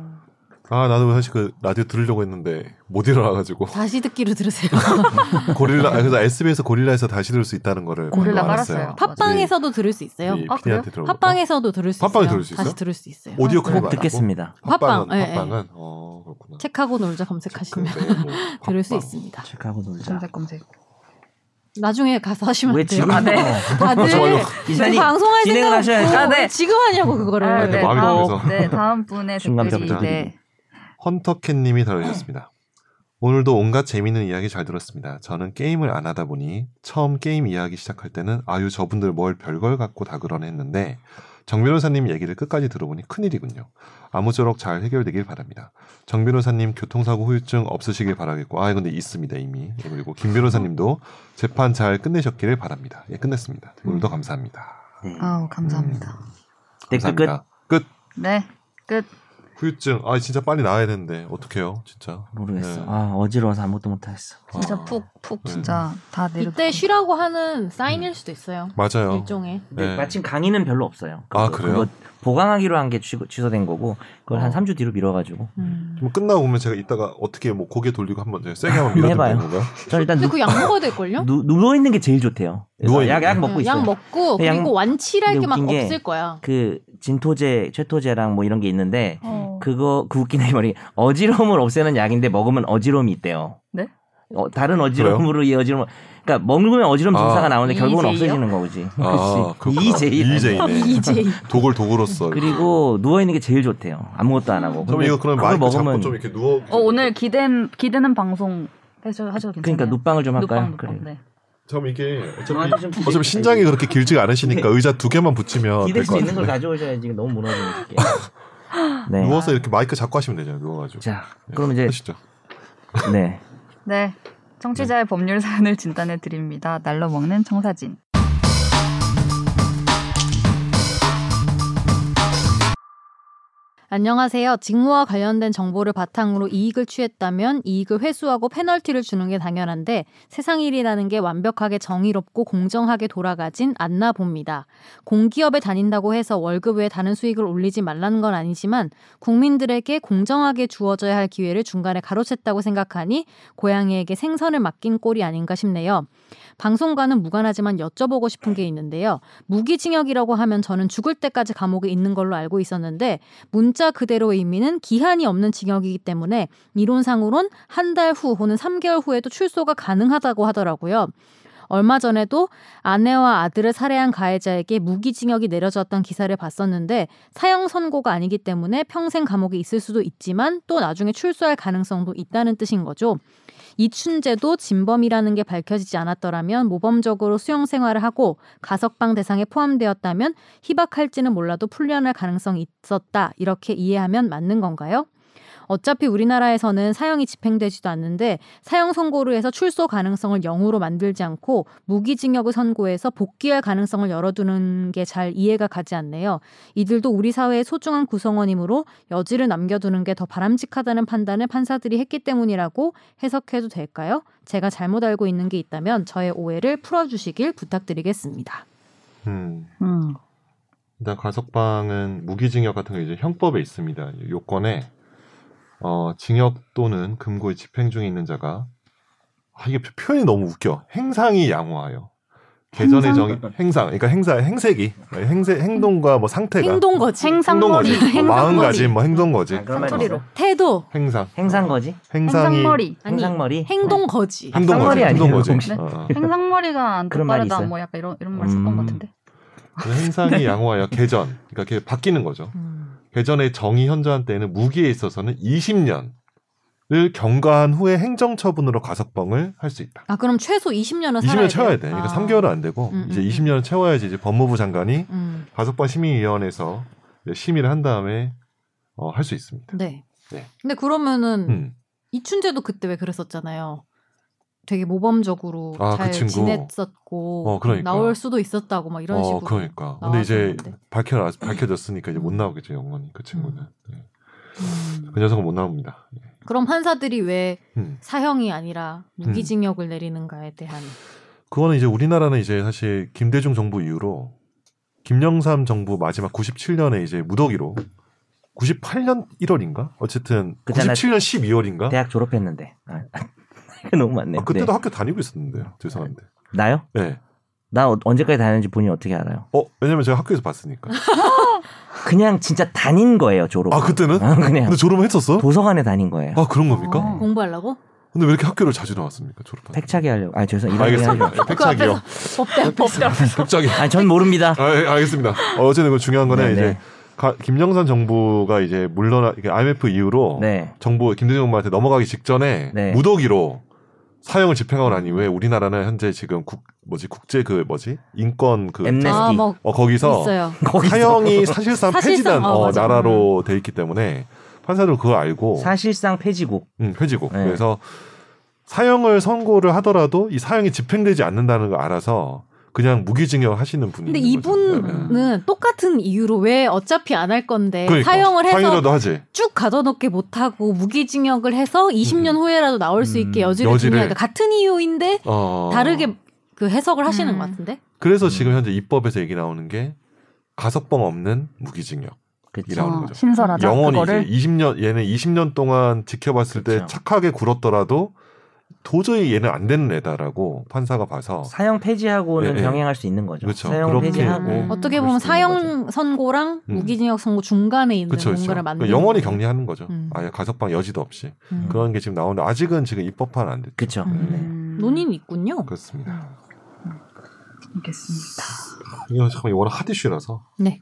Speaker 2: 아 나도 사실 그 라디오 들으려고 했는데 못 일어나가지고
Speaker 5: 다시 듣기로 들으세요. 아, 네.
Speaker 2: 고릴라 아, 그래서 SBS 고릴라에서 다시 들을 수 있다는 거를
Speaker 1: 고릴라
Speaker 2: 방금
Speaker 1: 알았어요.
Speaker 2: 알았어요.
Speaker 5: 팟빵에서도 들을 수 있어요.
Speaker 2: 네,
Speaker 1: 아,
Speaker 2: 피디한테 들어보고.
Speaker 5: 팟빵에서도 들을 수
Speaker 2: 팟빵에
Speaker 5: 있어요.
Speaker 2: 들을 수 있어요?
Speaker 5: 다시 들을 수 있어요.
Speaker 2: 오디오 클립
Speaker 3: 꼭
Speaker 2: 안
Speaker 3: 네. 듣겠습니다.
Speaker 2: 하고? 팟빵은
Speaker 5: 팟빵, 예, 예.
Speaker 2: 팟빵은 어 그렇구나.
Speaker 5: 책하고 놀자 검색하시면
Speaker 2: 근데 뭐
Speaker 5: 들을 수
Speaker 2: 팟빵.
Speaker 5: 있습니다.
Speaker 3: 체크하고 놀자.
Speaker 1: 검색 검색.
Speaker 5: 나중에 가서 하시면
Speaker 3: 왜
Speaker 5: 안 돼요.
Speaker 3: 지금
Speaker 5: 다들
Speaker 2: 좋아요.
Speaker 3: 이사님,
Speaker 5: 방송할
Speaker 3: 네. 진행을
Speaker 5: 생각
Speaker 3: 하셔야죠.
Speaker 5: 없고
Speaker 1: 아, 네.
Speaker 5: 왜 지금 하냐고 그거를.
Speaker 1: 아, 네,
Speaker 2: 마음이
Speaker 1: 다음,
Speaker 2: 너무해서.
Speaker 1: 네, 다음 분의 댓글이
Speaker 3: 중간적으로.
Speaker 1: 네.
Speaker 2: 헌터캣님이 달아주셨습니다. 오늘도 온갖 재밌는 이야기 잘 들었습니다. 저는 게임을 안 하다 보니 처음 게임 이야기 시작할 때는 아유 저분들 뭘 별걸 갖고 다 그러네 했는데 정 변호사님 얘기를 끝까지 들어보니 큰일이군요. 아무쪼록 잘 해결되길 바랍니다. 정 변호사님 교통사고 후유증 없으시길 바라겠고 아 근데 있습니다 이미 예, 그리고 김 변호사님도 재판 잘 끝내셨기를 바랍니다. 예 끝냈습니다. 오늘도 감사합니다.
Speaker 3: 네.
Speaker 1: 아우 감사합니다.
Speaker 2: 음.
Speaker 3: 댓글 끝.
Speaker 2: 감사합니다. 끝
Speaker 1: 네, 끝.
Speaker 2: 후유증 아 진짜 빨리 나와야 되는데 어떡해요 진짜
Speaker 3: 모르겠어.
Speaker 2: 네.
Speaker 3: 아 어지러워서 아무것도 못하겠어.
Speaker 1: 진짜
Speaker 2: 아.
Speaker 1: 푹 푹
Speaker 2: 네.
Speaker 1: 진짜 다 내려.
Speaker 5: 이때
Speaker 3: 네.
Speaker 5: 쉬라고 하는 사인일 수도 있어요.
Speaker 2: 맞아요.
Speaker 5: 일종의.
Speaker 3: 근데
Speaker 2: 네.
Speaker 3: 마침 강의는 별로 없어요.
Speaker 2: 아,
Speaker 3: 그거-
Speaker 2: 그래요?
Speaker 3: 그거 보강하기로 한 게 취소된 거고 그걸 한
Speaker 2: 어.
Speaker 3: 3주 뒤로 미뤄가지고
Speaker 5: 음.
Speaker 2: 좀뭐 끝나고 보면 제가 이따가 어떻게 뭐 고개 돌리고 한번 제가 세게 한번 밀어드리는
Speaker 3: 해봐요.
Speaker 2: 건가요?
Speaker 3: 전 일단
Speaker 5: 근데
Speaker 3: 누,
Speaker 5: 그 약 먹어야 될걸요?
Speaker 3: 누워 있는 게 제일 좋대요.
Speaker 2: 누워있는
Speaker 3: 약약
Speaker 2: 게?
Speaker 3: 먹고
Speaker 1: 음,
Speaker 5: 응,
Speaker 3: 있어요.
Speaker 5: 약 먹고
Speaker 3: 근데 약-
Speaker 5: 그리고 완치할
Speaker 3: 근데
Speaker 5: 게 막
Speaker 3: 웃긴 게-
Speaker 5: 없을 거야.
Speaker 3: 그 진토제, 최토제랑 뭐 이런 게 있는데
Speaker 1: 어.
Speaker 3: 그거 그 웃긴 내 말이 어지러움을 없애는 약인데 먹으면 어지러움이 있대요.
Speaker 1: 네?
Speaker 3: 어, 다른 어지러움으로 이 어지러움, 그러니까 먹으면 어지러움
Speaker 2: 아.
Speaker 3: 증상이 나오는데 결국은
Speaker 1: EJ 요?
Speaker 3: 없어지는 거지.
Speaker 2: 아, 그렇구나.
Speaker 3: 그렇지. EJ.
Speaker 2: EJ 네.
Speaker 5: 이제
Speaker 2: 독을 독으로써.
Speaker 3: 그리고 누워 있는 게 제일 좋대요. 아무것도 안 하고.
Speaker 2: 그럼
Speaker 3: 근데
Speaker 2: 이거 그럼
Speaker 3: 그걸
Speaker 2: 마이크 잡고 좀 이렇게 누워.
Speaker 1: 어, 오늘 기댄 기대는 방송 해서 하셔도 괜찮아요.
Speaker 3: 그러니까 눕방을 좀 할까요?
Speaker 1: 눕방, 눕방, 네.
Speaker 2: 참 이게
Speaker 3: 저한테
Speaker 2: 어차피
Speaker 3: 좀 네.
Speaker 2: 어차피 신장이 그렇게 길지가 않으시니까 의자 두 개만 붙이면
Speaker 3: 기댈
Speaker 2: 아, 될
Speaker 3: 수
Speaker 2: 것
Speaker 3: 있는 걸
Speaker 2: 같은데.
Speaker 3: 가져오셔야지 지금 너무 무너지는 게. 네.
Speaker 2: 누워서 이렇게 마이크 잡고 하시면 되잖아요. 누워가지고.
Speaker 3: 자,
Speaker 2: 예,
Speaker 3: 그럼 이제
Speaker 2: 하시죠.
Speaker 3: 네.
Speaker 1: 네. 청취자의 법률 사연을 진단해 드립니다. 날로 먹는 청사진.
Speaker 5: 안녕하세요. 직무와 관련된 정보를 바탕으로 이익을 취했다면 이익을 회수하고 페널티를 주는 게 당연한데 세상 일이라는 게 완벽하게 정의롭고 공정하게 돌아가진 않나 봅니다. 공기업에 다닌다고 해서 월급 외에 다른 수익을 올리지 말라는 건 아니지만 국민들에게 공정하게 주어져야 할 기회를 중간에 가로챘다고 생각하니 고양이에게 생선을 맡긴 꼴이 아닌가 싶네요. 방송과는 무관하지만 여쭤보고 싶은 게 있는데요. 무기징역이라고 하면 저는 죽을 때까지 감옥에 있는 걸로 알고 있었는데 문자 그대로의 의미는 기한이 없는 징역이기 때문에 이론상으론 한 달 후 혹은 3개월 후에도 출소가 가능하다고 하더라고요. 얼마 전에도 아내와 아들을 살해한 가해자에게 무기징역이 내려졌던 기사를 봤었는데 사형 선고가 아니기 때문에 평생 감옥에 있을 수도 있지만 또 나중에 출소할 가능성도 있다는 뜻인 거죠. 이춘재도 진범이라는 게 밝혀지지 않았더라면 모범적으로 수용 생활을 하고 가석방 대상에 포함되었다면 희박할지는 몰라도 풀려날 가능성이 있었다. 이렇게 이해하면 맞는 건가요? 어차피 우리나라에서는 사형이 집행되지도 않는데 사형 선고를 해서 출소 가능성을 0으로 만들지 않고 무기징역을 선고해서 복귀할 가능성을 열어두는 게 잘 이해가 가지 않네요. 이들도 우리 사회의 소중한 구성원이므로 여지를 남겨두는 게 더 바람직하다는 판단을 판사들이 했기 때문이라고 해석해도 될까요? 제가 잘못 알고 있는 게 있다면 저의 오해를 풀어주시길 부탁드리겠습니다.
Speaker 2: 음.
Speaker 1: 음.
Speaker 2: 일단 가석방은 무기징역 같은 게 이제 형법에 있습니다. 요건에 어, 징역 또는 금고에 집행 중에 있는 자가 아, 이게 표현이 너무 웃겨. 행상이 양호하여. 개전의
Speaker 1: 행상?
Speaker 2: 정의 행상 그러니까 행사 행색이 행세 행동과 뭐 상태가
Speaker 5: 행동 거지.
Speaker 1: 행상머리.
Speaker 2: 행동거지 뭐 마음가짐 뭐 행동거지
Speaker 3: 아, 그런 말이
Speaker 1: 사투리로.
Speaker 3: 있어요.
Speaker 5: 태도
Speaker 2: 행상
Speaker 3: 행상 거지?
Speaker 2: 행상이
Speaker 1: 행상머리.
Speaker 5: 아니
Speaker 3: 행상머리?
Speaker 5: 행동 거지.
Speaker 2: 행동거지
Speaker 3: 쌍머리 아니에요,
Speaker 2: 행동거지
Speaker 3: 혹시?
Speaker 2: 어, 어.
Speaker 1: 행상머리가 안
Speaker 3: 그런 말이
Speaker 1: 똑바르다
Speaker 3: 있어요?
Speaker 1: 뭐 약간 이런 이런 말 썼던
Speaker 3: 음.
Speaker 1: 것 같은데.
Speaker 2: 그래서
Speaker 3: 네.
Speaker 2: 행상이 양호하여 개전 그러니까 걔 바뀌는 거죠
Speaker 5: 음.
Speaker 2: 개전의 정의 현저한 때에는 무기에 있어서는 20년을 경과한 후에 행정처분으로 가석방을 할 수 있다.
Speaker 5: 아 그럼 최소 20년은
Speaker 2: 20년
Speaker 5: 살아야
Speaker 2: 을 채워야 돼.
Speaker 5: 돼요?
Speaker 2: 그러니까
Speaker 5: 아.
Speaker 2: 3개월은 안 되고
Speaker 5: 음,
Speaker 2: 이제
Speaker 5: 음,
Speaker 2: 20년을 채워야지 이제 법무부 장관이
Speaker 5: 음,
Speaker 2: 가석방 심의위원회에서 이제 심의를 한 다음에 어, 할 수 있습니다.
Speaker 5: 네.
Speaker 2: 네.
Speaker 5: 근데 그러면은
Speaker 2: 음.
Speaker 5: 이춘재도 그때 왜 그랬었잖아요. 되게 모범적으로
Speaker 2: 아,
Speaker 5: 잘
Speaker 2: 그 친구.
Speaker 5: 지냈었고
Speaker 2: 어, 그러니까.
Speaker 5: 나올 수도 있었다고 막 이런
Speaker 2: 어,
Speaker 5: 식으로. 아,
Speaker 2: 그러니까. 근데 이제
Speaker 5: 나왔었는데.
Speaker 2: 밝혀 밝혀졌으니까 이제 못 나오겠죠 영원히 그 친구는. 네.
Speaker 5: 음.
Speaker 2: 그 녀석은 못 나옵니다. 예.
Speaker 5: 그럼 판사들이 왜
Speaker 2: 음.
Speaker 5: 사형이 아니라 무기징역을 내리는가에 대한
Speaker 2: 그거는 이제 우리나라는 이제 사실 김대중 정부 이후로 김영삼 정부 마지막 97년에 이제 무더기로 98년 1월인가? 어쨌든
Speaker 3: 그때나
Speaker 2: 97년 12월인가?
Speaker 3: 대학 졸업했는데. 아, 이거 너무 많네.
Speaker 2: 아, 그때도
Speaker 3: 네. 아.
Speaker 2: 학교 다니고 있었는데요. 죄송한데.
Speaker 3: 나요?
Speaker 2: 네.
Speaker 3: 나 어- 언제까지 다녔는지 본인이 어떻게 알아요?
Speaker 2: 어, 왜냐면 제가 학교에서 봤으니까.
Speaker 3: 그냥 진짜 다닌 거예요, 졸업.
Speaker 2: 아, 그때는?
Speaker 3: 아, 그냥
Speaker 2: 근데 졸업을 했었어?
Speaker 3: 도서관에 다닌 거예요.
Speaker 2: 아, 그런 겁니까?
Speaker 1: 어.
Speaker 5: 공부하려고?
Speaker 2: 근데 왜 이렇게 학교를 자주 나왔습니까? 졸업한.
Speaker 3: 팩차기 하려고. 아, 죄송. 이런 얘기 하려고.
Speaker 2: 알겠습니다. 예, 백작이요.
Speaker 5: 법대 법대
Speaker 2: 백작이.
Speaker 3: 아, 전 모릅니다.
Speaker 2: 아, 예, 알겠습니다. 어, 어쨌든 그 중요한 거는
Speaker 3: 네,
Speaker 2: 이제
Speaker 3: 네.
Speaker 2: 가- 김영삼 정부가 이제 물러나 이게 IMF 이후로
Speaker 3: 네.
Speaker 2: 정부 김대중 정부한테 넘어가기 직전에
Speaker 3: 네.
Speaker 2: 무더기로 사형을 집행하고 난 이후에 우리나라는 현재 지금 국 뭐지 국제 그 뭐지 인권 그
Speaker 3: 엠네-
Speaker 2: 자-
Speaker 5: 아, 뭐
Speaker 2: 어, 거기서
Speaker 5: 있어요.
Speaker 3: 거기서.
Speaker 2: 사형이 사실상,
Speaker 5: 사실상,
Speaker 2: 폐지된
Speaker 5: 어,
Speaker 2: 어,
Speaker 5: 맞아.
Speaker 2: 나라로 돼 있기 때문에 판사들 그거 알고
Speaker 3: 사실상 폐지국.
Speaker 2: 음, 폐지고
Speaker 3: 네.
Speaker 2: 그래서 사형을 선고를 하더라도 이 사형이 집행되지 않는다는 걸 알아서 그냥 무기징역 하시는 분이
Speaker 5: 근데
Speaker 2: 있는 거죠. 네, 네.
Speaker 5: 이분은 똑같은 이유로 왜 어차피 안 할 건데
Speaker 2: 그러니까.
Speaker 5: 사형을 해서
Speaker 2: 사형이라도 하지
Speaker 5: 쭉 가둬놓게 못하고 무기징역을 해서 20년 후에라도 나올 수 있게
Speaker 3: 음,
Speaker 5: 여지를
Speaker 2: 음. 여지를.
Speaker 5: 주니까 같은 이유인데
Speaker 2: 어.
Speaker 5: 다르게 그 해석을 하시는
Speaker 1: 음.
Speaker 5: 것 같은데
Speaker 2: 그래서
Speaker 3: 음.
Speaker 2: 지금 현재 입법에서 얘기 나오는 게 가석방 없는 무기징역
Speaker 3: 그렇죠.
Speaker 2: 이라고. 나오는
Speaker 1: 어,
Speaker 2: 거죠.
Speaker 1: 신설하자.
Speaker 2: 영원히
Speaker 1: 그거를
Speaker 2: 이제 20년 얘는 20년 동안 지켜봤을
Speaker 3: 그렇죠.
Speaker 2: 때 착하게 굴었더라도 도저히 얘는 안 되는 애다라고 판사가 봐서
Speaker 3: 사형 폐지하고는
Speaker 2: 예, 예.
Speaker 3: 병행할 수 있는 거죠.
Speaker 2: 그렇죠.
Speaker 3: 사형
Speaker 2: 그렇게
Speaker 3: 폐지하고
Speaker 1: 음.
Speaker 5: 어떻게
Speaker 2: 그럴
Speaker 5: 보면
Speaker 2: 수도 있는
Speaker 5: 사형 선고랑
Speaker 2: 음.
Speaker 5: 무기징역 선고 중간에 있는
Speaker 2: 그렇죠
Speaker 5: 뭔가를 만드는
Speaker 2: 영원히
Speaker 5: 거죠.
Speaker 2: 격리하는 거죠
Speaker 5: 음.
Speaker 2: 아예 가석방 여지도 없이
Speaker 5: 음.
Speaker 2: 그런 게 지금 나오는데 아직은 지금 입법화는 안 됐죠
Speaker 3: 그렇죠. 네.
Speaker 1: 음,
Speaker 5: 논의는 있군요.
Speaker 2: 그렇습니다
Speaker 1: 알겠습니다.
Speaker 2: 이거 참 워낙 핫 이슈라서
Speaker 5: 네.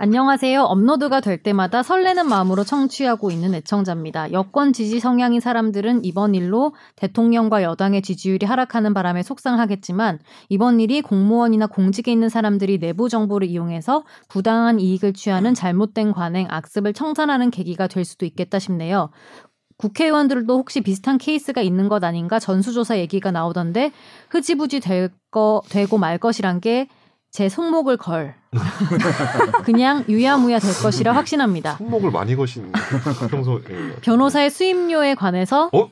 Speaker 5: 안녕하세요. 업로드가 될 때마다 설레는 마음으로 청취하고 있는 애청자입니다. 여권 지지 성향인 사람들은 이번 일로 대통령과 여당의 지지율이 하락하는 바람에 속상하겠지만 이번 일이 공무원이나 공직에 있는 사람들이 내부 정보를 이용해서 부당한 이익을 취하는 잘못된 관행, 악습을 청산하는 계기가 될 수도 있겠다 싶네요. 국회의원들도 혹시 비슷한 케이스가 있는 것 아닌가 전수조사 얘기가 나오던데 흐지부지 될 거, 되고 말 것이란 게 제 손목을 걸. 그냥 유야무야 될 것이라 확신합니다.
Speaker 2: 손목을 많이 거신 평소 예.
Speaker 5: 변호사의 수임료에 관해서
Speaker 2: 어?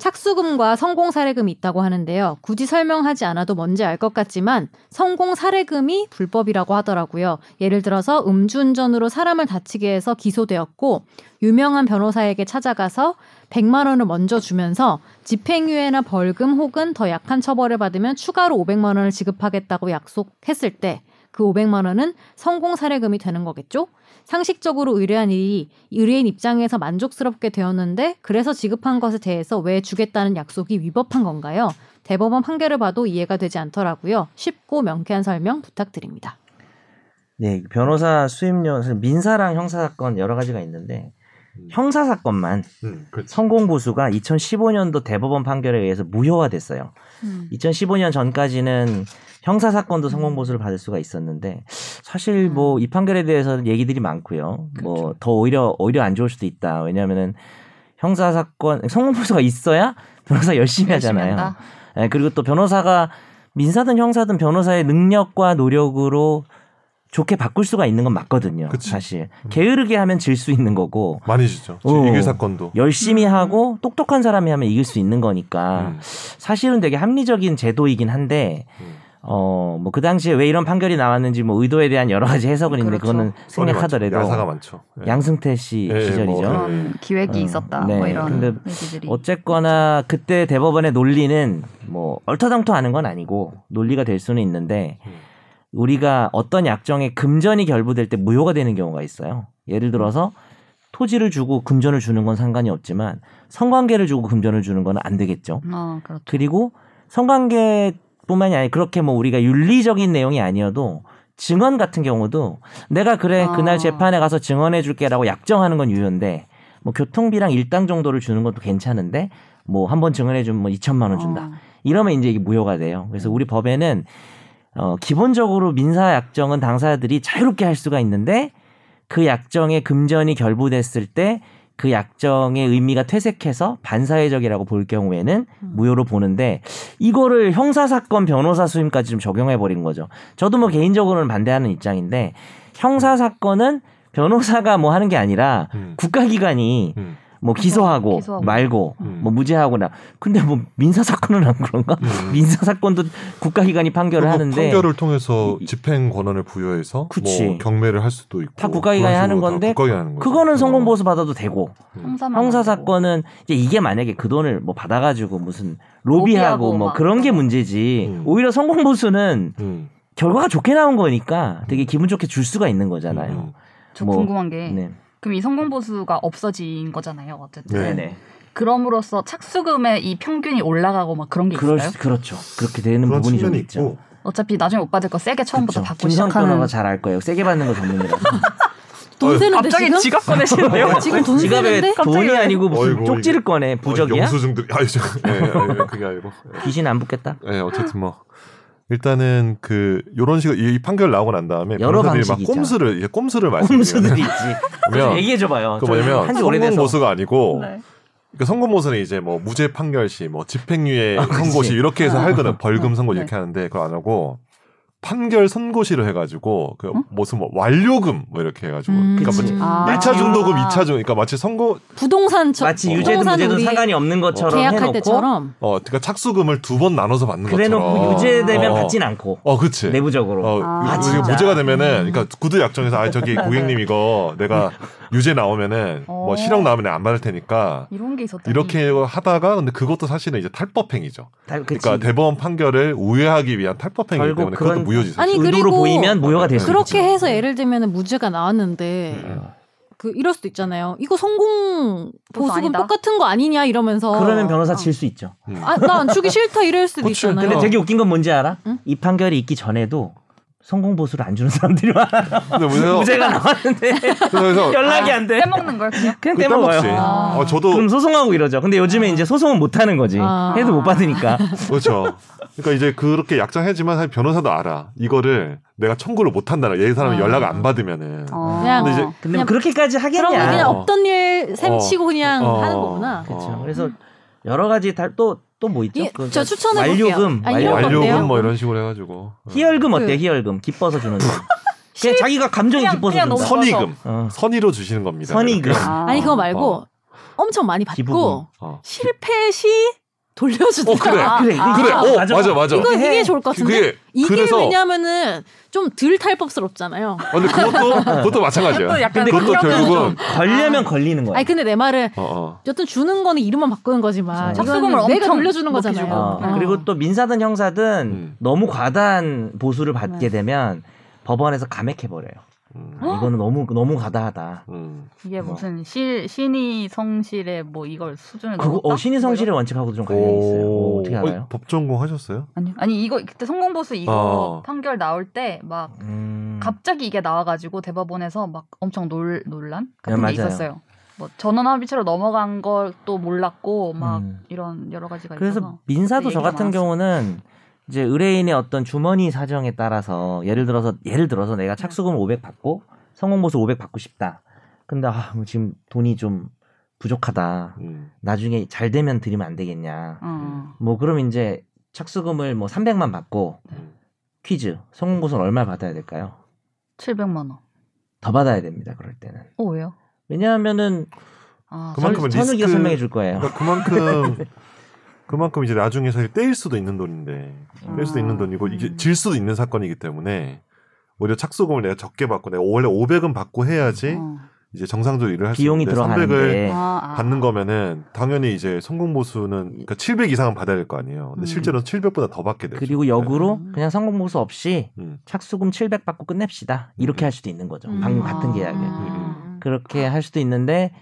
Speaker 5: 착수금과 성공 사례금이 있다고 하는데요. 굳이 설명하지 않아도 뭔지 알 것 같지만 성공 사례금이 불법이라고 하더라고요. 예를 들어서 음주운전으로 사람을 다치게 해서 기소되었고 유명한 변호사에게 찾아가서 100만 원을 먼저 주면서 집행유예나 벌금 혹은 더 약한 처벌을 받으면 추가로 500만 원을 지급하겠다고 약속했을 때 그 500만 원은 성공 사례금이 되는 거겠죠? 상식적으로 의뢰한 일이 의뢰인 입장에서 만족스럽게 되었는데 그래서 지급한 것에 대해서 왜 주겠다는 약속이 위법한 건가요? 대법원 판결을 봐도 이해가 되지 않더라고요. 쉽고 명쾌한 설명 부탁드립니다.
Speaker 3: 네, 변호사 수임료 사실 민사랑 형사 사건 여러 가지가 있는데
Speaker 2: 음.
Speaker 3: 형사 사건만
Speaker 2: 음, 그렇죠.
Speaker 3: 성공 보수가 2015년도 대법원 판결에 의해서 무효화됐어요.
Speaker 1: 음.
Speaker 3: 음. 2015년 전까지는 형사 사건도 성공 보수를 받을 수가 있었는데 사실 뭐 이 판결에 대해서 얘기들이 많고요. 뭐
Speaker 1: 그렇죠.
Speaker 3: 더 오히려 오히려 안 좋을 수도 있다. 왜냐면은 형사 사건 성공 보수가 있어야 변호사 열심히
Speaker 1: 열심히
Speaker 3: 하잖아요.
Speaker 1: 한다.
Speaker 3: 예, 그리고 또 변호사가 민사든 형사든 변호사의 능력과 노력으로 좋게 바꿀 수가 있는 건 맞거든요.
Speaker 2: 그치.
Speaker 3: 사실
Speaker 1: 음.
Speaker 3: 게으르게 하면 질 수 있는 거고
Speaker 2: 많이 지죠
Speaker 3: 어.
Speaker 2: 이길 사건도
Speaker 3: 열심히 하고 똑똑한 사람이 하면 이길 수 있는 거니까
Speaker 2: 음.
Speaker 3: 사실은 되게 합리적인 제도이긴 한데
Speaker 2: 음.
Speaker 3: 어, 뭐 그 당시에 왜 이런 판결이 나왔는지 뭐 의도에 대한 여러 가지 해석은 있는데
Speaker 1: 그렇죠.
Speaker 3: 그거는
Speaker 2: 썰이 많죠.
Speaker 3: 생략하더라도
Speaker 2: 야사가 많죠. 예.
Speaker 3: 양승태 씨
Speaker 2: 예,
Speaker 3: 시절이죠.
Speaker 2: 뭐, 예.
Speaker 1: 그런 기획이
Speaker 3: 어,
Speaker 1: 있었다.
Speaker 3: 네.
Speaker 1: 뭐 이런
Speaker 3: 근데
Speaker 1: 얘기들이.
Speaker 3: 어쨌거나 그때 대법원의 논리는 뭐 얼터당토하는 건 아니고 논리가 될 수는 있는데
Speaker 2: 음.
Speaker 3: 우리가 어떤 약정에 금전이 결부될 때 무효가 되는 경우가 있어요. 예를 들어서 토지를 주고 금전을 주는 건 상관이 없지만 성관계를 주고 금전을 주는 건 안 되겠죠.
Speaker 1: 어, 그렇죠.
Speaker 3: 그리고 성관계뿐만이 아니라 그렇게 뭐 우리가 윤리적인 내용이 아니어도 증언 같은 경우도 내가 그래
Speaker 1: 아.
Speaker 3: 그날 재판에 가서 증언해 줄게라고 약정하는 건 유효인데 뭐 교통비랑 일당 정도를 주는 것도 괜찮은데 뭐 한 번 증언해 주면 뭐 2천만 원 준다.
Speaker 1: 어,
Speaker 3: 이러면 이제 이게 무효가 돼요. 그래서 우리 법에는 어 기본적으로 민사 약정은 당사자들이 자유롭게 할 수가 있는데 그 약정에 금전이 결부됐을 때 그 약정의 의미가 퇴색해서 반사회적이라고 볼 경우에는 무효로 보는데 이거를 형사 사건 변호사 수임까지 좀 적용해 버린 거죠. 저도 뭐 개인적으로는 반대하는 입장인데 형사 사건은 변호사가 뭐 하는 게 아니라
Speaker 2: 음.
Speaker 3: 국가기관이
Speaker 2: 음.
Speaker 3: 뭐 기소하고,
Speaker 1: 기소하고.
Speaker 3: 말고
Speaker 2: 음.
Speaker 3: 뭐 무죄하거나 근데 뭐 민사 사건은 안 그런가?
Speaker 2: 음.
Speaker 3: 민사 사건도 국가기관이 판결을
Speaker 2: 그리고
Speaker 3: 하는데
Speaker 2: 뭐 판결을 통해서 집행 권한을 부여해서
Speaker 3: 그치.
Speaker 2: 뭐 경매를 할 수도 있고
Speaker 3: 다 국가기관이
Speaker 2: 그런
Speaker 3: 하는
Speaker 2: 식으로 다
Speaker 3: 건데
Speaker 2: 국가기관이 하는 거죠. 음.
Speaker 3: 그거는 성공
Speaker 2: 어.
Speaker 3: 보수 받아도 되고
Speaker 1: 형사만
Speaker 3: 형사
Speaker 1: 안 되고.
Speaker 3: 사건은 이제 이게 만약에 그 돈을 뭐 받아가지고 무슨 로비하고,
Speaker 1: 로비하고
Speaker 3: 뭐
Speaker 1: 막
Speaker 3: 그런 게 문제지
Speaker 2: 음.
Speaker 3: 오히려 성공 보수는
Speaker 2: 음.
Speaker 3: 결과가 좋게 나온 거니까 되게 기분 좋게 줄 수가 있는
Speaker 2: 음.
Speaker 3: 거잖아요.
Speaker 1: 저
Speaker 3: 뭐,
Speaker 1: 궁금한 게
Speaker 3: 네.
Speaker 1: 그럼 이 성공 보수가 없어진 거잖아요. 어쨌든
Speaker 2: 네.
Speaker 3: 네네.
Speaker 1: 그럼으로써 착수금의 이 평균이 올라가고 막 그런 게
Speaker 3: 그럴
Speaker 1: 네. 있어요.
Speaker 3: 수, 그렇죠. 그렇게 되는
Speaker 2: 그런
Speaker 3: 부분이 좀
Speaker 2: 측면이
Speaker 3: 있죠.
Speaker 2: 있고 아,
Speaker 1: 어차피 나중에 못 받을 거 세게 처음부터
Speaker 3: 그렇죠.
Speaker 1: 받고
Speaker 3: 김성
Speaker 1: 시작하는.
Speaker 3: 변호가 잘알 거예요. 세게 받는 거 전문이라서.
Speaker 2: 어이,
Speaker 5: 돈
Speaker 3: 아,
Speaker 5: 쓰는데
Speaker 1: 갑자기
Speaker 5: 지금? 아,
Speaker 1: 지갑 꺼내시는데요?
Speaker 5: 지금 돈
Speaker 3: 지갑에
Speaker 5: 쓰는데?
Speaker 3: 돈이
Speaker 1: 갑자기
Speaker 3: 아니고 무슨
Speaker 2: 어이구,
Speaker 3: 쪽지를 꺼내 부적이야?
Speaker 2: 영수증들 아 이제 예, 예, 그게 아니고 예.
Speaker 3: 귀신 안 붙겠다.
Speaker 2: 예, 어쨌든 뭐 일단은 그 요런 식으로 이, 이 판결 나오고 난 다음에
Speaker 3: 여러
Speaker 2: 변호사들이 막
Speaker 3: 방식이
Speaker 2: 꼼수를 이제 꼼수를 말씀드리면
Speaker 3: 꼼수들이 있지. 얘기해 줘봐요.
Speaker 2: 그 뭐냐면
Speaker 3: 한지
Speaker 2: 성공
Speaker 3: 오래돼서.
Speaker 2: 모수가 아니고
Speaker 3: 어.
Speaker 1: 네.
Speaker 2: 그러니까 선고 모수는 이제 뭐 무죄 판결시, 뭐 집행유예
Speaker 3: 아, 그치.
Speaker 2: 선고시 이렇게 해서 하거든 벌금
Speaker 1: 어,
Speaker 2: 선고
Speaker 1: 네.
Speaker 2: 이렇게 하는데 그걸 안 하고 판결 선고시를 해가지고 그 무슨 뭐 완료금 뭐 이렇게 해가지고
Speaker 5: 음.
Speaker 2: 그러니까
Speaker 3: 어? 그치.
Speaker 2: 뭐
Speaker 1: 아.
Speaker 2: 1차 중도금, 2차 중, 그러니까 마치 선고
Speaker 5: 부동산처럼
Speaker 3: 마치 유죄든 무죄든 상관이 없는 것처럼
Speaker 5: 계약할
Speaker 3: 해놓고 음,
Speaker 5: 때처럼
Speaker 2: 어, 그러니까 착수금을 두 번 나눠서 받는
Speaker 3: 그래놓고
Speaker 2: 것처럼
Speaker 3: 유죄되면
Speaker 2: 그렇죠. 어.
Speaker 3: 받진 않고
Speaker 2: 어, 그치.
Speaker 3: 내부적으로.
Speaker 2: 어,
Speaker 1: 아,
Speaker 2: 아,
Speaker 3: 진짜? 음.
Speaker 2: 무죄가 되면은, 그러니까 구두 약정에서 아 저기 고객님 이거 내가
Speaker 3: 네.
Speaker 2: 유죄 나오면은
Speaker 1: 어.
Speaker 2: 뭐 실형 나오면 안 받을 테니까
Speaker 3: 음.
Speaker 1: 이런 게 있었다.
Speaker 2: 이렇게 하다가 근데 그것도 사실은 이제 탈법행위죠.
Speaker 3: 다- 그치.
Speaker 2: 그러니까 대법원 판결을 우회하기 위한 탈법행위이기
Speaker 3: 결국
Speaker 2: 때문에 그것도
Speaker 3: 그런-
Speaker 2: 무효지. 사실.
Speaker 5: 아니,
Speaker 3: 의도로
Speaker 5: 그리고
Speaker 3: 보이면 무효가 될 수 있죠. 음.
Speaker 5: 그렇게 해서 예를 들면 무죄가 나왔는데 그 이럴 수도 있잖아요. 이거 성공
Speaker 1: 보수
Speaker 5: 보수금
Speaker 1: 아니다.
Speaker 5: 똑같은 거 아니냐 이러면서
Speaker 3: 그러면 변호사 칠 수 있죠.
Speaker 2: 음.
Speaker 5: 아나 안 주기 싫다 이럴 수도
Speaker 2: 그치.
Speaker 5: 있잖아요.
Speaker 3: 근데
Speaker 2: 어.
Speaker 3: 되게 웃긴 건 뭔지 알아?
Speaker 5: 응?
Speaker 3: 이 판결이 있기 전에도 성공 보수를 안 주는 사람들이 많아.
Speaker 2: 근데 무효.
Speaker 3: 무죄가 나왔는데
Speaker 2: 그래서
Speaker 3: 연락이 안
Speaker 5: 아,
Speaker 3: 돼.
Speaker 1: 빼먹는 걸 그냥.
Speaker 3: 그냥
Speaker 2: 어. 그때 먹지.
Speaker 3: 떼먹어요.
Speaker 1: 아.
Speaker 2: 어, 저도
Speaker 3: 그럼 소송하고 이러죠. 근데 요즘에 이제 소송은 못 하는 거지.
Speaker 5: 아.
Speaker 3: 해도 못 받으니까.
Speaker 2: 그렇죠. 그러니까 이제 그렇게 약정했지만 사실 변호사도 알아. 이거를 내가 청구를 못 한다는 얘 사람이
Speaker 5: 아.
Speaker 2: 연락 안 받으면은.
Speaker 1: 어.
Speaker 5: 그냥
Speaker 2: 근데 이제
Speaker 3: 근데 뭐 그렇게까지 하겠냐.
Speaker 5: 그런 거 그냥
Speaker 2: 어.
Speaker 5: 없던 일 셈치고 그냥
Speaker 2: 어.
Speaker 5: 하는 거구나.
Speaker 3: 그렇죠.
Speaker 2: 어.
Speaker 3: 그래서 여러 가지 달또또 뭐 있죠?
Speaker 5: 예,
Speaker 3: 그
Speaker 5: 저 추천해 볼게요.
Speaker 3: 완료금,
Speaker 5: 아, 이런 거 어때요?
Speaker 2: 완료금 뭐 이런 식으로 해가지고. 어.
Speaker 3: 희열금 어때?
Speaker 5: 그-
Speaker 3: 희열금 기뻐서 주는 거. 그냥 자기가 감정이
Speaker 1: 그냥-
Speaker 3: 기뻐서
Speaker 1: 그냥
Speaker 3: 준다.
Speaker 1: 너무-
Speaker 2: 선의금.
Speaker 3: 어.
Speaker 2: 선의로 주시는 겁니다.
Speaker 3: 선의금.
Speaker 2: 이렇게.
Speaker 1: 아.
Speaker 5: 아니 그거 말고
Speaker 2: 어.
Speaker 5: 엄청 많이 받고
Speaker 3: 기부금.
Speaker 2: 어.
Speaker 5: 실패 시 돌려주다.
Speaker 2: 어, 그래.
Speaker 1: 아,
Speaker 3: 그래,
Speaker 1: 아,
Speaker 2: 그래.
Speaker 3: 아,
Speaker 2: 어,
Speaker 3: 맞아.
Speaker 2: 맞아, 맞아.
Speaker 5: 이거
Speaker 3: 해.
Speaker 5: 이게 좋을 것 같은데
Speaker 2: 그게
Speaker 5: 이게
Speaker 2: 그래서
Speaker 5: 왜냐면은 좀 덜 탈법스럽잖아요.
Speaker 2: 어, 근데 그것도 그것도 마찬가지야.
Speaker 1: 또 약간
Speaker 2: 그것도
Speaker 1: 강력한
Speaker 2: 결국은
Speaker 3: 걸려면 걸리는 거야.
Speaker 5: 아니 근데 내 말은
Speaker 2: 어, 어.
Speaker 5: 여튼 주는 거는 이름만 바꾸는 거지만
Speaker 3: 그렇죠.
Speaker 5: 이거는
Speaker 1: 착수금을
Speaker 5: 내가
Speaker 1: 엄청
Speaker 5: 돌려주는
Speaker 1: 높게
Speaker 5: 거잖아요.
Speaker 1: 주고.
Speaker 3: 어,
Speaker 1: 네.
Speaker 3: 그리고 또 민사든 형사든
Speaker 2: 음.
Speaker 3: 너무 과다한 보수를
Speaker 5: 네.
Speaker 3: 받게 되면 법원에서 감액해 버려요.
Speaker 2: 음,
Speaker 3: 이거는 너무 너무 과다하다.
Speaker 2: 음.
Speaker 1: 이게 무슨 실 신이 성실에 뭐 이걸 수준을
Speaker 3: 그거
Speaker 1: 넣었다? 뭐
Speaker 3: 어, 신의 성실의 원칙하고도 좀 관련이 있어요. 어, 어떻게
Speaker 2: 어,
Speaker 3: 알아요?
Speaker 2: 법전공 하셨어요?
Speaker 1: 아니 아니 이거 그때 성공보수 이거
Speaker 2: 어.
Speaker 1: 판결 나올 때 막
Speaker 3: 음.
Speaker 1: 갑자기 이게 나와가지고 대법원에서 막 엄청 놀 논란 같은
Speaker 3: 네,
Speaker 1: 게
Speaker 3: 맞아요.
Speaker 1: 있었어요. 뭐 전원 합의체로 넘어간 걸 또 몰랐고 막
Speaker 3: 음.
Speaker 1: 이런 여러 가지가
Speaker 3: 그래서
Speaker 1: 있어서
Speaker 3: 민사도
Speaker 1: 그때
Speaker 3: 저
Speaker 1: 얘기가
Speaker 3: 같은
Speaker 1: 많았어요.
Speaker 3: 경우는 이제 의뢰인의 어떤 주머니 사정에 따라서 예를 들어서 예를 들어서
Speaker 1: 네.
Speaker 3: 내가 착수금 500 받고 성공보수 500 받고 싶다. 근데 아, 뭐 지금 돈이 좀 부족하다.
Speaker 2: 음.
Speaker 3: 나중에 잘 되면 드리면 안 되겠냐.
Speaker 1: 어.
Speaker 3: 뭐 그럼 이제 착수금을 뭐 300만 받고
Speaker 1: 네.
Speaker 2: 음.
Speaker 3: 퀴즈 성공보수는 얼마 받아야 될까요?
Speaker 1: 700만 원.
Speaker 3: 더 받아야 됩니다. 그럴 때는.
Speaker 1: 어 왜요?
Speaker 3: 왜냐하면은
Speaker 1: 아,
Speaker 2: 그만큼은
Speaker 3: 선우기가
Speaker 2: 리스크-
Speaker 3: 설명해 줄 거예요.
Speaker 2: 그러니까 그만큼 그만큼 이제 나중에 사실 떼일 수도 있는 돈인데 뗄 수도
Speaker 5: 음.
Speaker 2: 있는 돈이고 이게 질 수도 있는 사건이기 때문에 오히려 착수금을 내가 적게 받고 내가 원래 500은 받고 해야지
Speaker 5: 음.
Speaker 1: 어.
Speaker 2: 이제 정상적으로 일을 할 수
Speaker 3: 비용이
Speaker 2: 있는데 300을
Speaker 3: 들어가는데
Speaker 1: 아, 아.
Speaker 2: 받는 거면은 당연히 이제 성공 보수는 그러니까 700 이상은 받아야 될 거 아니에요. 근데
Speaker 1: 음.
Speaker 2: 실제로 는 700보다 더 받게 되죠. 네.
Speaker 3: 그리고 역으로
Speaker 1: 음.
Speaker 3: 그냥 성공 보수 없이
Speaker 2: 음.
Speaker 3: 착수금 700 받고 끝냅시다 이렇게 할 수도 있는 거죠. 방금 같은 계약에
Speaker 5: 아.
Speaker 2: 음.
Speaker 3: 그렇게 할 수도 있는데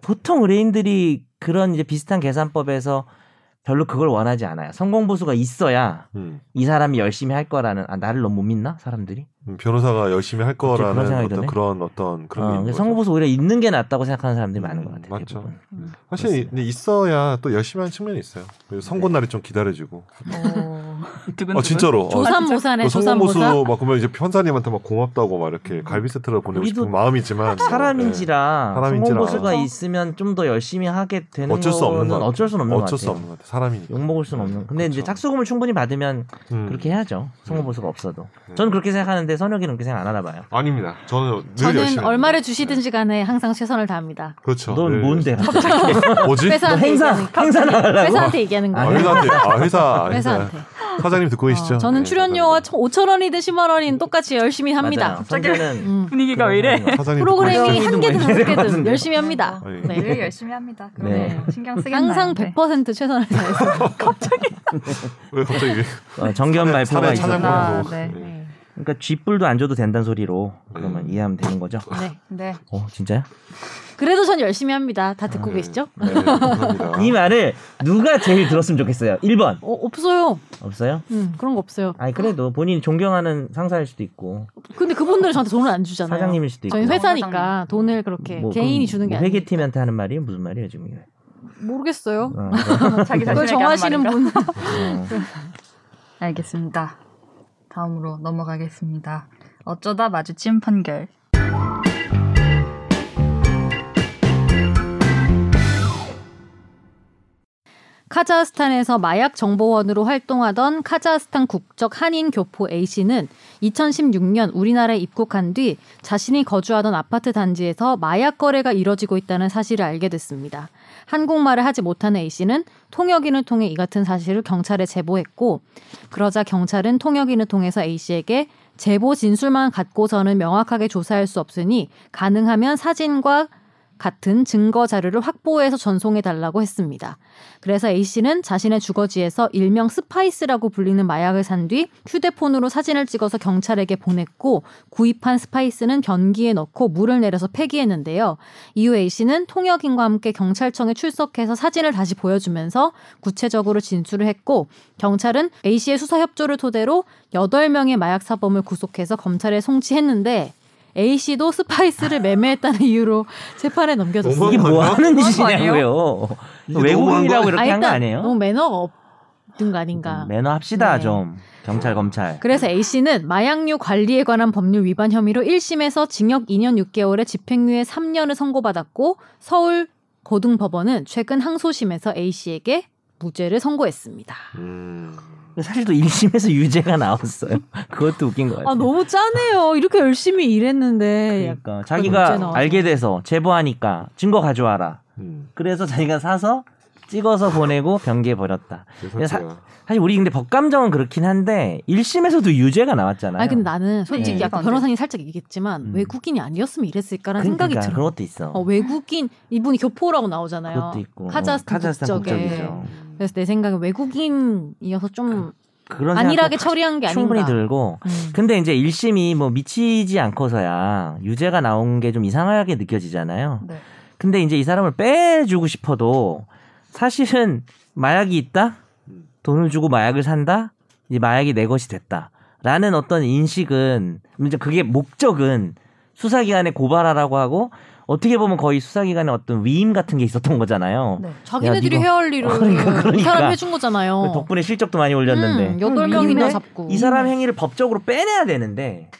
Speaker 3: 보통 의뢰인들이 그런 이제 비슷한 계산법에서 별로 그걸 원하지 않아요. 성공 보수가 있어야
Speaker 2: 음.
Speaker 3: 이 사람이 열심히 할 거라는 아 나를 너무 못 믿나 사람들이
Speaker 2: 음, 변호사가 열심히 할
Speaker 3: 그런
Speaker 2: 거라는
Speaker 3: 생각이
Speaker 2: 어떤
Speaker 3: 드네.
Speaker 2: 그런 어떤 그런 게
Speaker 3: 어,
Speaker 2: 있는 거죠.
Speaker 3: 성공 보수 오히려 있는 게 낫다고 생각하는 사람들이 많은
Speaker 2: 음,
Speaker 3: 것 같아요.
Speaker 2: 맞죠.
Speaker 3: 대부분.
Speaker 2: 사실
Speaker 3: 그렇습니다.
Speaker 2: 근데 있어야 또 열심히 하는 측면이 있어요. 그래서 선고
Speaker 3: 네.
Speaker 2: 날이 좀 기다려지고.
Speaker 1: 두근두근.
Speaker 2: 아 진짜로. 어,
Speaker 5: 조산모사네
Speaker 2: 그 성공보수
Speaker 5: 조산모사.
Speaker 2: 막 그러면 이제 편사님한테 막 고맙다고 막 이렇게 갈비 세트를 보내고
Speaker 3: 음. 우리도
Speaker 2: 싶은 마음이지만 뭐,
Speaker 3: 사람인지라
Speaker 2: 네. 사람인지라.
Speaker 3: 성공 보수가
Speaker 1: 그렇죠.
Speaker 3: 있으면 좀 더 열심히 하게 되는
Speaker 2: 네. 어쩔 수 없는
Speaker 3: 거는
Speaker 2: 것 같아요.
Speaker 3: 어쩔 수
Speaker 2: 예,
Speaker 3: 없는
Speaker 2: 어쩔
Speaker 3: 것
Speaker 2: 수
Speaker 3: 같아요.
Speaker 2: 없는 것 같아. 사람이니까.
Speaker 3: 욕 먹을 수는 없는. 근데 이제
Speaker 2: 그렇죠.
Speaker 3: 착수금을 충분히 받으면
Speaker 2: 음.
Speaker 3: 그렇게 해야죠. 성공 보수가 없어도.
Speaker 2: 음.
Speaker 3: 저는 그렇게 생각하는데 선혁이는 그렇게 생각 안 하나 봐요.
Speaker 2: 아닙니다. 저는 늘 열심히
Speaker 5: 저는
Speaker 2: 합니다.
Speaker 5: 얼마를 주시든지 간에 항상 최선을 다합니다.
Speaker 2: 그렇죠.
Speaker 3: 넌
Speaker 2: 늘
Speaker 3: 뭔데?
Speaker 2: 뭐지?
Speaker 3: 너
Speaker 5: 회사한테
Speaker 3: 행사
Speaker 5: 얘기하는-
Speaker 3: 행사 나가려고.
Speaker 5: 회사한테 얘기하는
Speaker 2: 네. 아,
Speaker 5: 거예요.
Speaker 2: 회사한테. 아, 회사. 회사.
Speaker 5: 회사한테.
Speaker 2: 사장님 듣고 계시죠?
Speaker 5: 어, 저는
Speaker 2: 네,
Speaker 5: 출연료와 5천 원이든 10만 원이든 똑같이 열심히 합니다.
Speaker 3: 맞아요. 선재는
Speaker 5: 음,
Speaker 1: 분위기가 왜 이래?
Speaker 2: 사장님. 사장님 듣고
Speaker 5: 프로그램이
Speaker 2: 계시죠?
Speaker 5: 한 개든
Speaker 3: 뭐 이래요,
Speaker 5: 두 개든
Speaker 3: 맞은데.
Speaker 5: 열심히 합니다.
Speaker 2: 아니,
Speaker 5: 네.
Speaker 1: 늘 열심히 합니다.
Speaker 3: 네.
Speaker 1: 그러면 신경 쓰겠나요?
Speaker 5: 항상
Speaker 1: 네.
Speaker 5: 100% 최선을 다해서.
Speaker 2: 왜 갑자기
Speaker 3: 어, 정견
Speaker 2: 사내 뭐.
Speaker 3: 말표가 있어.
Speaker 1: 찾아보는 아,
Speaker 3: 그러니까
Speaker 2: 찾아보고.
Speaker 1: 네.
Speaker 5: 네.
Speaker 3: 쥐뿔도 안 줘도 된다는 소리로 그러면
Speaker 2: 음.
Speaker 3: 이해하면 되는 거죠.
Speaker 5: 네.
Speaker 1: 네.
Speaker 3: 어 진짜요?
Speaker 5: 그래도 전 열심히 합니다. 다 듣고 계시죠?
Speaker 2: 네, 감사합니다.
Speaker 3: 이 말을 누가 제일 들었으면 좋겠어요. 1번
Speaker 5: 어, 없어요.
Speaker 3: 없어요?
Speaker 5: 음, 그런 거 없어요.
Speaker 3: 아니 그래도 본인이 존경하는 상사일 수도 있고
Speaker 5: 근데 그분들은 저한테 돈을 안 주잖아요.
Speaker 3: 사장님일 수도 있고
Speaker 5: 저희 회사니까
Speaker 1: 사장님.
Speaker 5: 돈을 그렇게
Speaker 3: 뭐
Speaker 5: 개인이
Speaker 3: 그럼
Speaker 5: 주는 게
Speaker 3: 뭐
Speaker 5: 아니에요.
Speaker 3: 회계팀한테 하는 말이 무슨 말이에요 지금 이게?
Speaker 5: 모르겠어요.
Speaker 3: 어,
Speaker 1: 자기 자신에게 하는
Speaker 5: 그걸 정하시는
Speaker 1: 말인가?
Speaker 5: 분.
Speaker 3: 어.
Speaker 1: 알겠습니다. 다음으로 넘어가겠습니다. 어쩌다 마주친 판결.
Speaker 5: 카자흐스탄에서 마약 정보원으로 활동하던 카자흐스탄 국적 한인 교포 A 씨는 2016년 우리나라에 입국한 뒤 자신이 거주하던 아파트 단지에서 마약 거래가 이뤄지고 있다는 사실을 알게 됐습니다. 한국말을 하지 못하는 A 씨는 통역인을 통해 이 같은 사실을 경찰에 제보했고 그러자 경찰은 통역인을 통해서 A 씨에게 제보 진술만 갖고서는 명확하게 조사할 수 없으니 가능하면 사진과 같은 증거 자료를 확보해서 전송해 달라고 했습니다. 그래서 A 씨는 자신의 주거지에서 일명 스파이스라고 불리는 마약을 산 뒤 휴대폰으로 사진을 찍어서 경찰에게 보냈고 구입한 스파이스는 변기에 넣고 물을 내려서 폐기했는데요. 이후 A 씨는 통역인과 함께 경찰청에 출석해서 사진을 다시 보여주면서 구체적으로 진술을 했고 경찰은 A 씨의 수사 협조를 토대로 8명의 마약 사범을 구속해서 검찰에 송치했는데 A 씨도 스파이스를 매매했다는 이유로 재판에 넘겨졌습니다.
Speaker 3: 이게 뭐
Speaker 1: 너무한
Speaker 3: 하는
Speaker 1: 거
Speaker 3: 짓이냐고요?
Speaker 2: 이게 너무한 거
Speaker 3: 외국인이라고
Speaker 2: 아니-
Speaker 3: 이렇게 한 거 아니에요?
Speaker 5: 너무 매너가 없는 거 아닌가.
Speaker 3: 음, 매너 합시다
Speaker 5: 네.
Speaker 3: 좀 경찰 검찰.
Speaker 5: 그래서 A씨는 마약류 관리에 관한 법률 위반 혐의로 1심에서 징역 2년 6개월에 집행유예 3년을 선고받았고 서울 고등법원은 최근 항소심에서 A씨에게 무죄를 선고했습니다.
Speaker 2: 음.
Speaker 3: 사실 또 1심에서 유죄가 나왔어요. 그것도 웃긴 것 같아요.
Speaker 5: 아 너무 짜네요. 이렇게 열심히 일했는데
Speaker 3: 그러니까
Speaker 5: 문제
Speaker 3: 자기가
Speaker 5: 나와서.
Speaker 3: 알게 돼서 제보하니까 증거 가져와라.
Speaker 2: 음.
Speaker 3: 그래서 자기가 사서 찍어서 보내고 변기에 버렸다.
Speaker 2: 그래서
Speaker 3: 사-
Speaker 2: 제가
Speaker 3: 사실 우리 근데 법감정은 그렇긴 한데 1심에서도 유죄가 나왔잖아요.
Speaker 5: 아니 근데 나는 솔직히
Speaker 3: 네.
Speaker 5: 약간 변호사님 살짝 얘기했지만
Speaker 3: 음.
Speaker 5: 외국인이 아니었으면 이랬을까라는
Speaker 3: 그러니까
Speaker 5: 생각이 들어.
Speaker 3: 그런
Speaker 5: 요
Speaker 3: 것도 있어.
Speaker 5: 외국인 이분이 교포라고 나오잖아요.
Speaker 3: 그것도 있고
Speaker 5: 카자흐스탄, 국적에.
Speaker 3: 국적이죠.
Speaker 1: 네.
Speaker 5: 그래서 내 생각엔 외국인이어서 좀
Speaker 3: 그런
Speaker 5: 안일하게
Speaker 3: 생각도
Speaker 5: 처리한 게
Speaker 3: 충분히
Speaker 5: 아닌가.
Speaker 3: 들고 그
Speaker 5: 음.
Speaker 3: 근데 이제 1심이 뭐 미치지 않고서야 유죄가 나온 게 좀 이상하게 느껴지잖아요.
Speaker 1: 네.
Speaker 3: 근데 이제 이 사람을 빼주고 싶어도 사실은 마약이 있다?
Speaker 2: 음.
Speaker 3: 돈을 주고 마약을 산다? 이 마약이 내 것이 됐다. 라는 어떤 인식은, 이제 그게 목적은 수사기관에 고발하라고 하고 어떻게 보면 거의 수사기관에 어떤 위임 같은 게 있었던 거잖아요.
Speaker 1: 네.
Speaker 5: 자기네들이
Speaker 3: 야, 니가-
Speaker 5: 헤어리를
Speaker 3: 어, 그러니까, 그러니까.
Speaker 5: 이 사람 해준 거잖아요.
Speaker 3: 그 덕분에 실적도 많이 올렸는데.
Speaker 5: 음, 여덟 명이나
Speaker 3: 근데
Speaker 5: 잡고.
Speaker 3: 이 사람 행위를 법적으로 빼내야 되는데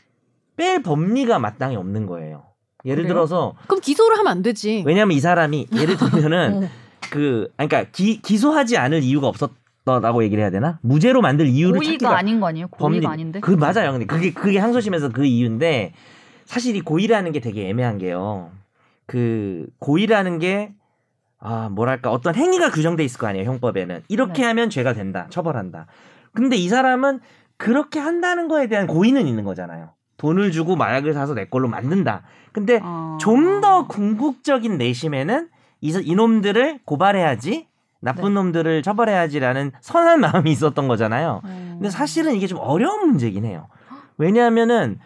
Speaker 3: 뺄 법리가 마땅히 없는 거예요. 예를
Speaker 1: 그래요?
Speaker 3: 들어서
Speaker 5: 그럼 기소를 하면 안 되지.
Speaker 3: 왜냐하면 이 사람이 예를 들면은
Speaker 1: 네.
Speaker 5: 어.
Speaker 3: 그 아니, 그러니까 기, 기소하지 않을 이유가 없었다라고 얘기를 해야 되나? 무죄로 만들 이유를
Speaker 1: 고의가
Speaker 3: 찾기가
Speaker 1: 아닌 거 아니에요? 고의가
Speaker 3: 법리
Speaker 1: 아닌데?
Speaker 3: 그 맞아요. 근데 그게 그게 항소심에서 그 이유인데 사실 이 고의라는 게 되게 애매한 게요. 그 고의라는 게 아 뭐랄까 어떤 행위가 규정돼 있을 거 아니에요 형법에는 이렇게
Speaker 1: 네.
Speaker 3: 하면 죄가 된다 처벌한다 근데 이 사람은 그렇게 한다는 거에 대한 고의는 있는 거잖아요 돈을 주고 마약을 사서 내 걸로 만든다 근데
Speaker 1: 어.
Speaker 3: 좀 더 궁극적인 내심에는 이, 이놈들을 고발해야지 나쁜
Speaker 5: 네.
Speaker 3: 놈들을 처벌해야지라는 선한 마음이 있었던 거잖아요 근데
Speaker 1: 어.
Speaker 3: 사실은 이게 좀 어려운 문제긴 해요. 왜냐하면은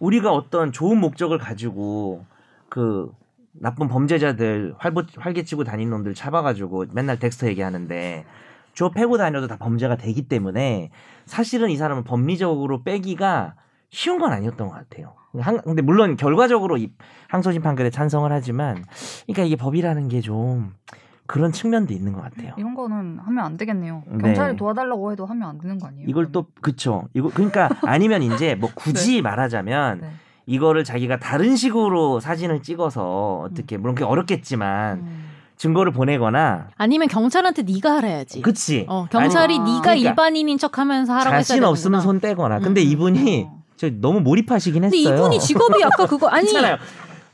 Speaker 3: 우리가 어떤 좋은 목적을 가지고 그 나쁜 범죄자들 활보, 활개치고 다니는 놈들 잡아가지고 맨날 덱스터 얘기하는데 저 패고 다녀도 다 범죄가 되기 때문에 사실은 이 사람은 법리적으로 빼기가 쉬운 건 아니었던 것 같아요. 한- 근데 물론 결과적으로 이 항소심 판결에 찬성을 하지만 그러니까 이게 법이라는 게 좀 그런 측면도 있는 것 같아요.
Speaker 1: 이런 거는 하면 안 되겠네요.
Speaker 3: 네.
Speaker 1: 경찰이 도와달라고 해도 하면 안 되는 거 아니에요?
Speaker 3: 이걸 또 그쵸 이거 그러니까 아니면 이제
Speaker 5: 네.
Speaker 3: 뭐 굳이 말하자면
Speaker 1: 네.
Speaker 3: 이거를 자기가 다른 식으로 사진을 찍어서
Speaker 5: 음.
Speaker 3: 어떻게 물론 그게 어렵겠지만 증거를 보내거나
Speaker 5: 아니면 경찰한테 네가 하라야지.
Speaker 3: 그치
Speaker 5: 어, 경찰이
Speaker 1: 아니,
Speaker 5: 네가
Speaker 3: 그러니까
Speaker 5: 일반인인 척하면서 하라고 했어야
Speaker 3: 자신
Speaker 5: 되는구나.
Speaker 3: 없으면 손 떼거나 근데
Speaker 5: 음,
Speaker 3: 이분이
Speaker 1: 어.
Speaker 3: 저 너무 몰입하시긴
Speaker 5: 근데
Speaker 3: 했어요.
Speaker 5: 이분이 직업이 아까 그거 아니
Speaker 3: 괜찮아요. 어?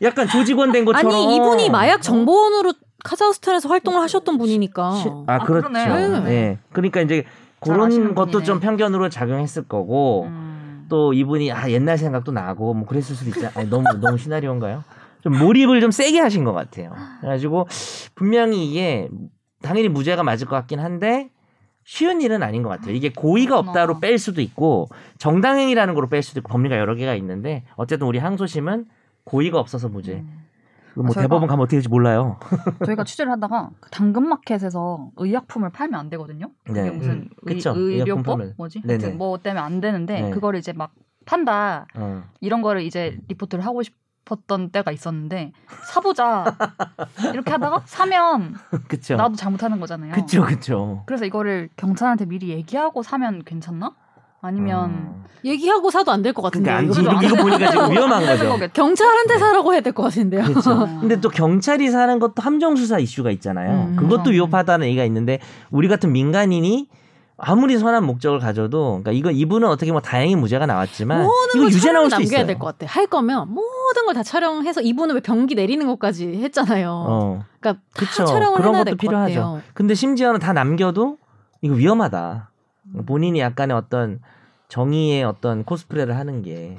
Speaker 3: 약간 조직원 된 것처럼
Speaker 5: 아니 이분이 마약 정보원으로 카자흐스탄에서 활동을 하셨던 분이니까.
Speaker 3: 시- 아
Speaker 1: 아,
Speaker 3: 그렇죠.
Speaker 1: 그러네.
Speaker 3: 예. 그러니까 이제
Speaker 1: 잘 아시는
Speaker 3: 그런 것도
Speaker 1: 분이네.
Speaker 3: 좀 편견으로 작용했을 거고
Speaker 1: 음.
Speaker 3: 또 이분이 아 옛날 생각도 나고 뭐 그랬을 수도 있잖아. 아니, 너무 너무 시나리오인가요? 좀 몰입을 좀 세게 하신 것 같아요. 그래가지고 분명히 이게 당연히 무죄가 맞을 것 같긴 한데 쉬운 일은 아닌 것 같아요. 이게 고의가
Speaker 1: 그렇구나.
Speaker 3: 없다로 뺄 수도 있고 정당행위라는 거로 뺄 수도 있고 법리가 여러 개가 있는데 어쨌든 우리 항소심은 고의가 없어서 무죄.
Speaker 1: 음.
Speaker 3: 뭐
Speaker 1: 저희가-
Speaker 3: 대법원 가면 어떻게 될지 몰라요.
Speaker 1: 저희가 취재를 하다가 그 당근마켓에서 의약품을 팔면 안 되거든요. 그게
Speaker 3: 네.
Speaker 1: 무슨
Speaker 2: 음,
Speaker 1: 의,
Speaker 3: 그쵸. 의약품
Speaker 1: 의료법
Speaker 3: 팔면.
Speaker 1: 뭐지?
Speaker 3: 네네.
Speaker 1: 하여튼 뭐 때문에 안 되는데
Speaker 3: 네.
Speaker 1: 그거를 이제 막 판다
Speaker 3: 어.
Speaker 1: 이런 거를 이제 리포트를 하고 싶었던 때가 있었는데 사보자 이렇게 하다가 사면
Speaker 3: 그쵸.
Speaker 1: 나도 잘못하는 거잖아요.
Speaker 3: 그쵸 그쵸.
Speaker 1: 그래서 이거를 경찰한테 미리 얘기하고 사면 괜찮나? 아니면
Speaker 3: 음.
Speaker 5: 얘기하고 사도 안 될 것 같은데.
Speaker 3: 그러니까 안
Speaker 5: 이거.
Speaker 3: 돼. 이거, 이거 보니까 지금 위험한 거죠.
Speaker 1: 거겠죠.
Speaker 5: 경찰한테 사라고 해야 될 것 같은데요.
Speaker 3: 그렇죠. 근데 또 경찰이 사는 것도 함정 수사 이슈가 있잖아요.
Speaker 5: 어. 음,
Speaker 3: 그것도
Speaker 1: 그렇죠.
Speaker 3: 위협하다는 얘기가 있는데 우리 같은 민간인이 아무리 선한 목적을 가져도 그러니까 이거 이분은 어떻게 뭐 다행히 무죄가 나왔지만
Speaker 5: 모든
Speaker 3: 이거
Speaker 5: 걸
Speaker 3: 유죄
Speaker 5: 촬영을
Speaker 3: 나올 수
Speaker 5: 남겨야
Speaker 3: 있어요.
Speaker 5: 될 것 같아. 할 거면 모든 걸 다 촬영해서 이분은 왜 변기 내리는 것까지 했잖아요.
Speaker 3: 어.
Speaker 5: 그러니까 다
Speaker 3: 그쵸.
Speaker 5: 촬영을
Speaker 3: 그런
Speaker 5: 해놔야
Speaker 3: 것도
Speaker 5: 될 것
Speaker 3: 필요하죠.
Speaker 5: 같아요.
Speaker 3: 근데 심지어는 다 남겨도 이거 위험하다.
Speaker 5: 음.
Speaker 3: 본인이 약간의 어떤 정의의 어떤 코스프레를 하는 게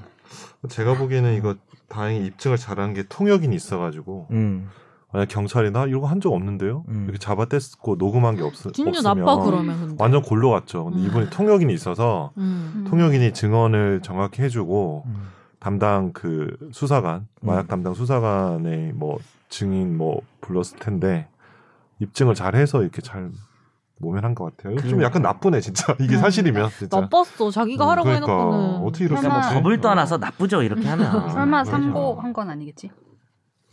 Speaker 2: 제가 보기에는 이거 다행히 입증을 잘하는 게 통역인이 있어가지고
Speaker 3: 음.
Speaker 2: 만약 경찰이나 이런 거 한 적 없는데요.
Speaker 3: 음.
Speaker 2: 이렇게 잡아댔고 녹음한 게 없, 으
Speaker 5: 진짜
Speaker 2: 면
Speaker 5: 나빠 그러면 근데.
Speaker 2: 완전 골로 갔죠. 근데
Speaker 5: 음.
Speaker 2: 이분이 통역인이 있어서
Speaker 5: 음.
Speaker 2: 통역인이 증언을 정확히 해주고
Speaker 3: 음.
Speaker 2: 담당 그 수사관
Speaker 3: 음.
Speaker 2: 마약 담당 수사관의 뭐 증인 뭐 불렀을 텐데 입증을 잘해서 이렇게 잘 모면한 것 같아요. 좀
Speaker 3: 그러니까.
Speaker 2: 약간 나쁘네 진짜 이게
Speaker 1: 음.
Speaker 2: 사실이면 진짜.
Speaker 5: 나빴어. 자기가
Speaker 2: 음,
Speaker 5: 하라고
Speaker 2: 그러니까.
Speaker 5: 해놓고는.
Speaker 2: 어떻게 이렇게
Speaker 1: 설마-
Speaker 2: 하지?
Speaker 3: 뭐 법을
Speaker 2: 어.
Speaker 3: 떠나서 나쁘죠 이렇게 하면
Speaker 1: 설마
Speaker 2: 그렇죠.
Speaker 1: 상고한 건 아니겠지?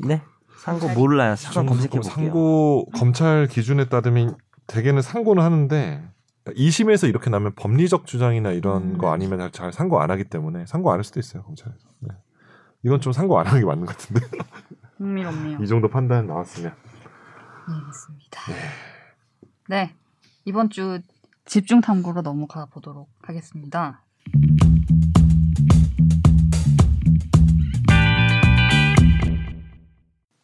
Speaker 3: 네 상고 몰라요 잠깐 검색해 볼게요
Speaker 2: 상고 검찰 기준에 따르면 대개는 상고는 하는데 2심에서 이렇게 나면 법리적 주장이나 이런
Speaker 1: 음.
Speaker 2: 거 아니면 잘 상고 안 하기 때문에 상고 안 할 수도 있어요 검찰에서. 네. 이건 좀 상고 안 하는 게 맞는 것 같은데
Speaker 1: 흥미롭네요.
Speaker 2: 이 정도 판단 나왔으면.
Speaker 1: 알겠습니다. 네. 이번 주 집중 탐구로 넘어가 보도록 하겠습니다.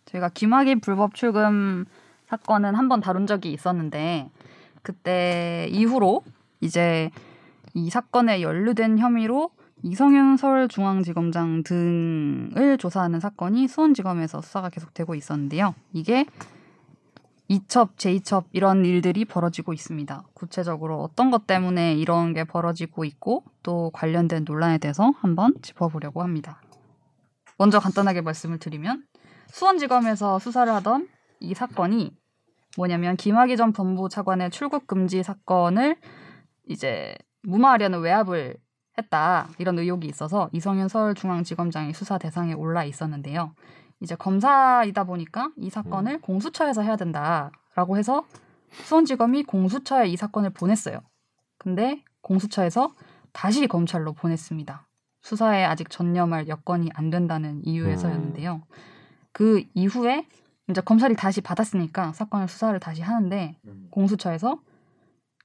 Speaker 1: 저희가 김학의 불법 출금 사건은 한 번 다룬 적이 있었는데 그때 이후로 이제 이 사건에 연루된 혐의로 이성윤 서울중앙지검장 등을 조사하는 사건이 수원지검에서 수사가 계속되고 있었는데요. 이게 이첩, 제이첩 이런 일들이 벌어지고 있습니다. 구체적으로 어떤 것 때문에 이런 게 벌어지고 있고 또 관련된 논란에 대해서 한번 짚어보려고 합니다. 먼저 간단하게 말씀을 드리면 수원지검에서 수사를 하던 이 사건이 뭐냐면 김학의 전 법무부 차관의 출국 금지 사건을 이제 무마하려는 외압을 했다 이런 의혹이 있어서 이성윤 서울중앙지검장이 수사 대상에 올라 있었는데요. 이제 검사이다 보니까 이 사건을 공수처에서 해야 된다라고 해서 수원지검이 공수처에 이 사건을 보냈어요. 근데 공수처에서 다시 검찰로 보냈습니다. 수사에 아직 전념할 여건이 안 된다는 이유에서였는데요. 그 이후에 이제 검찰이 다시 받았으니까 사건을 수사를 다시 하는데 공수처에서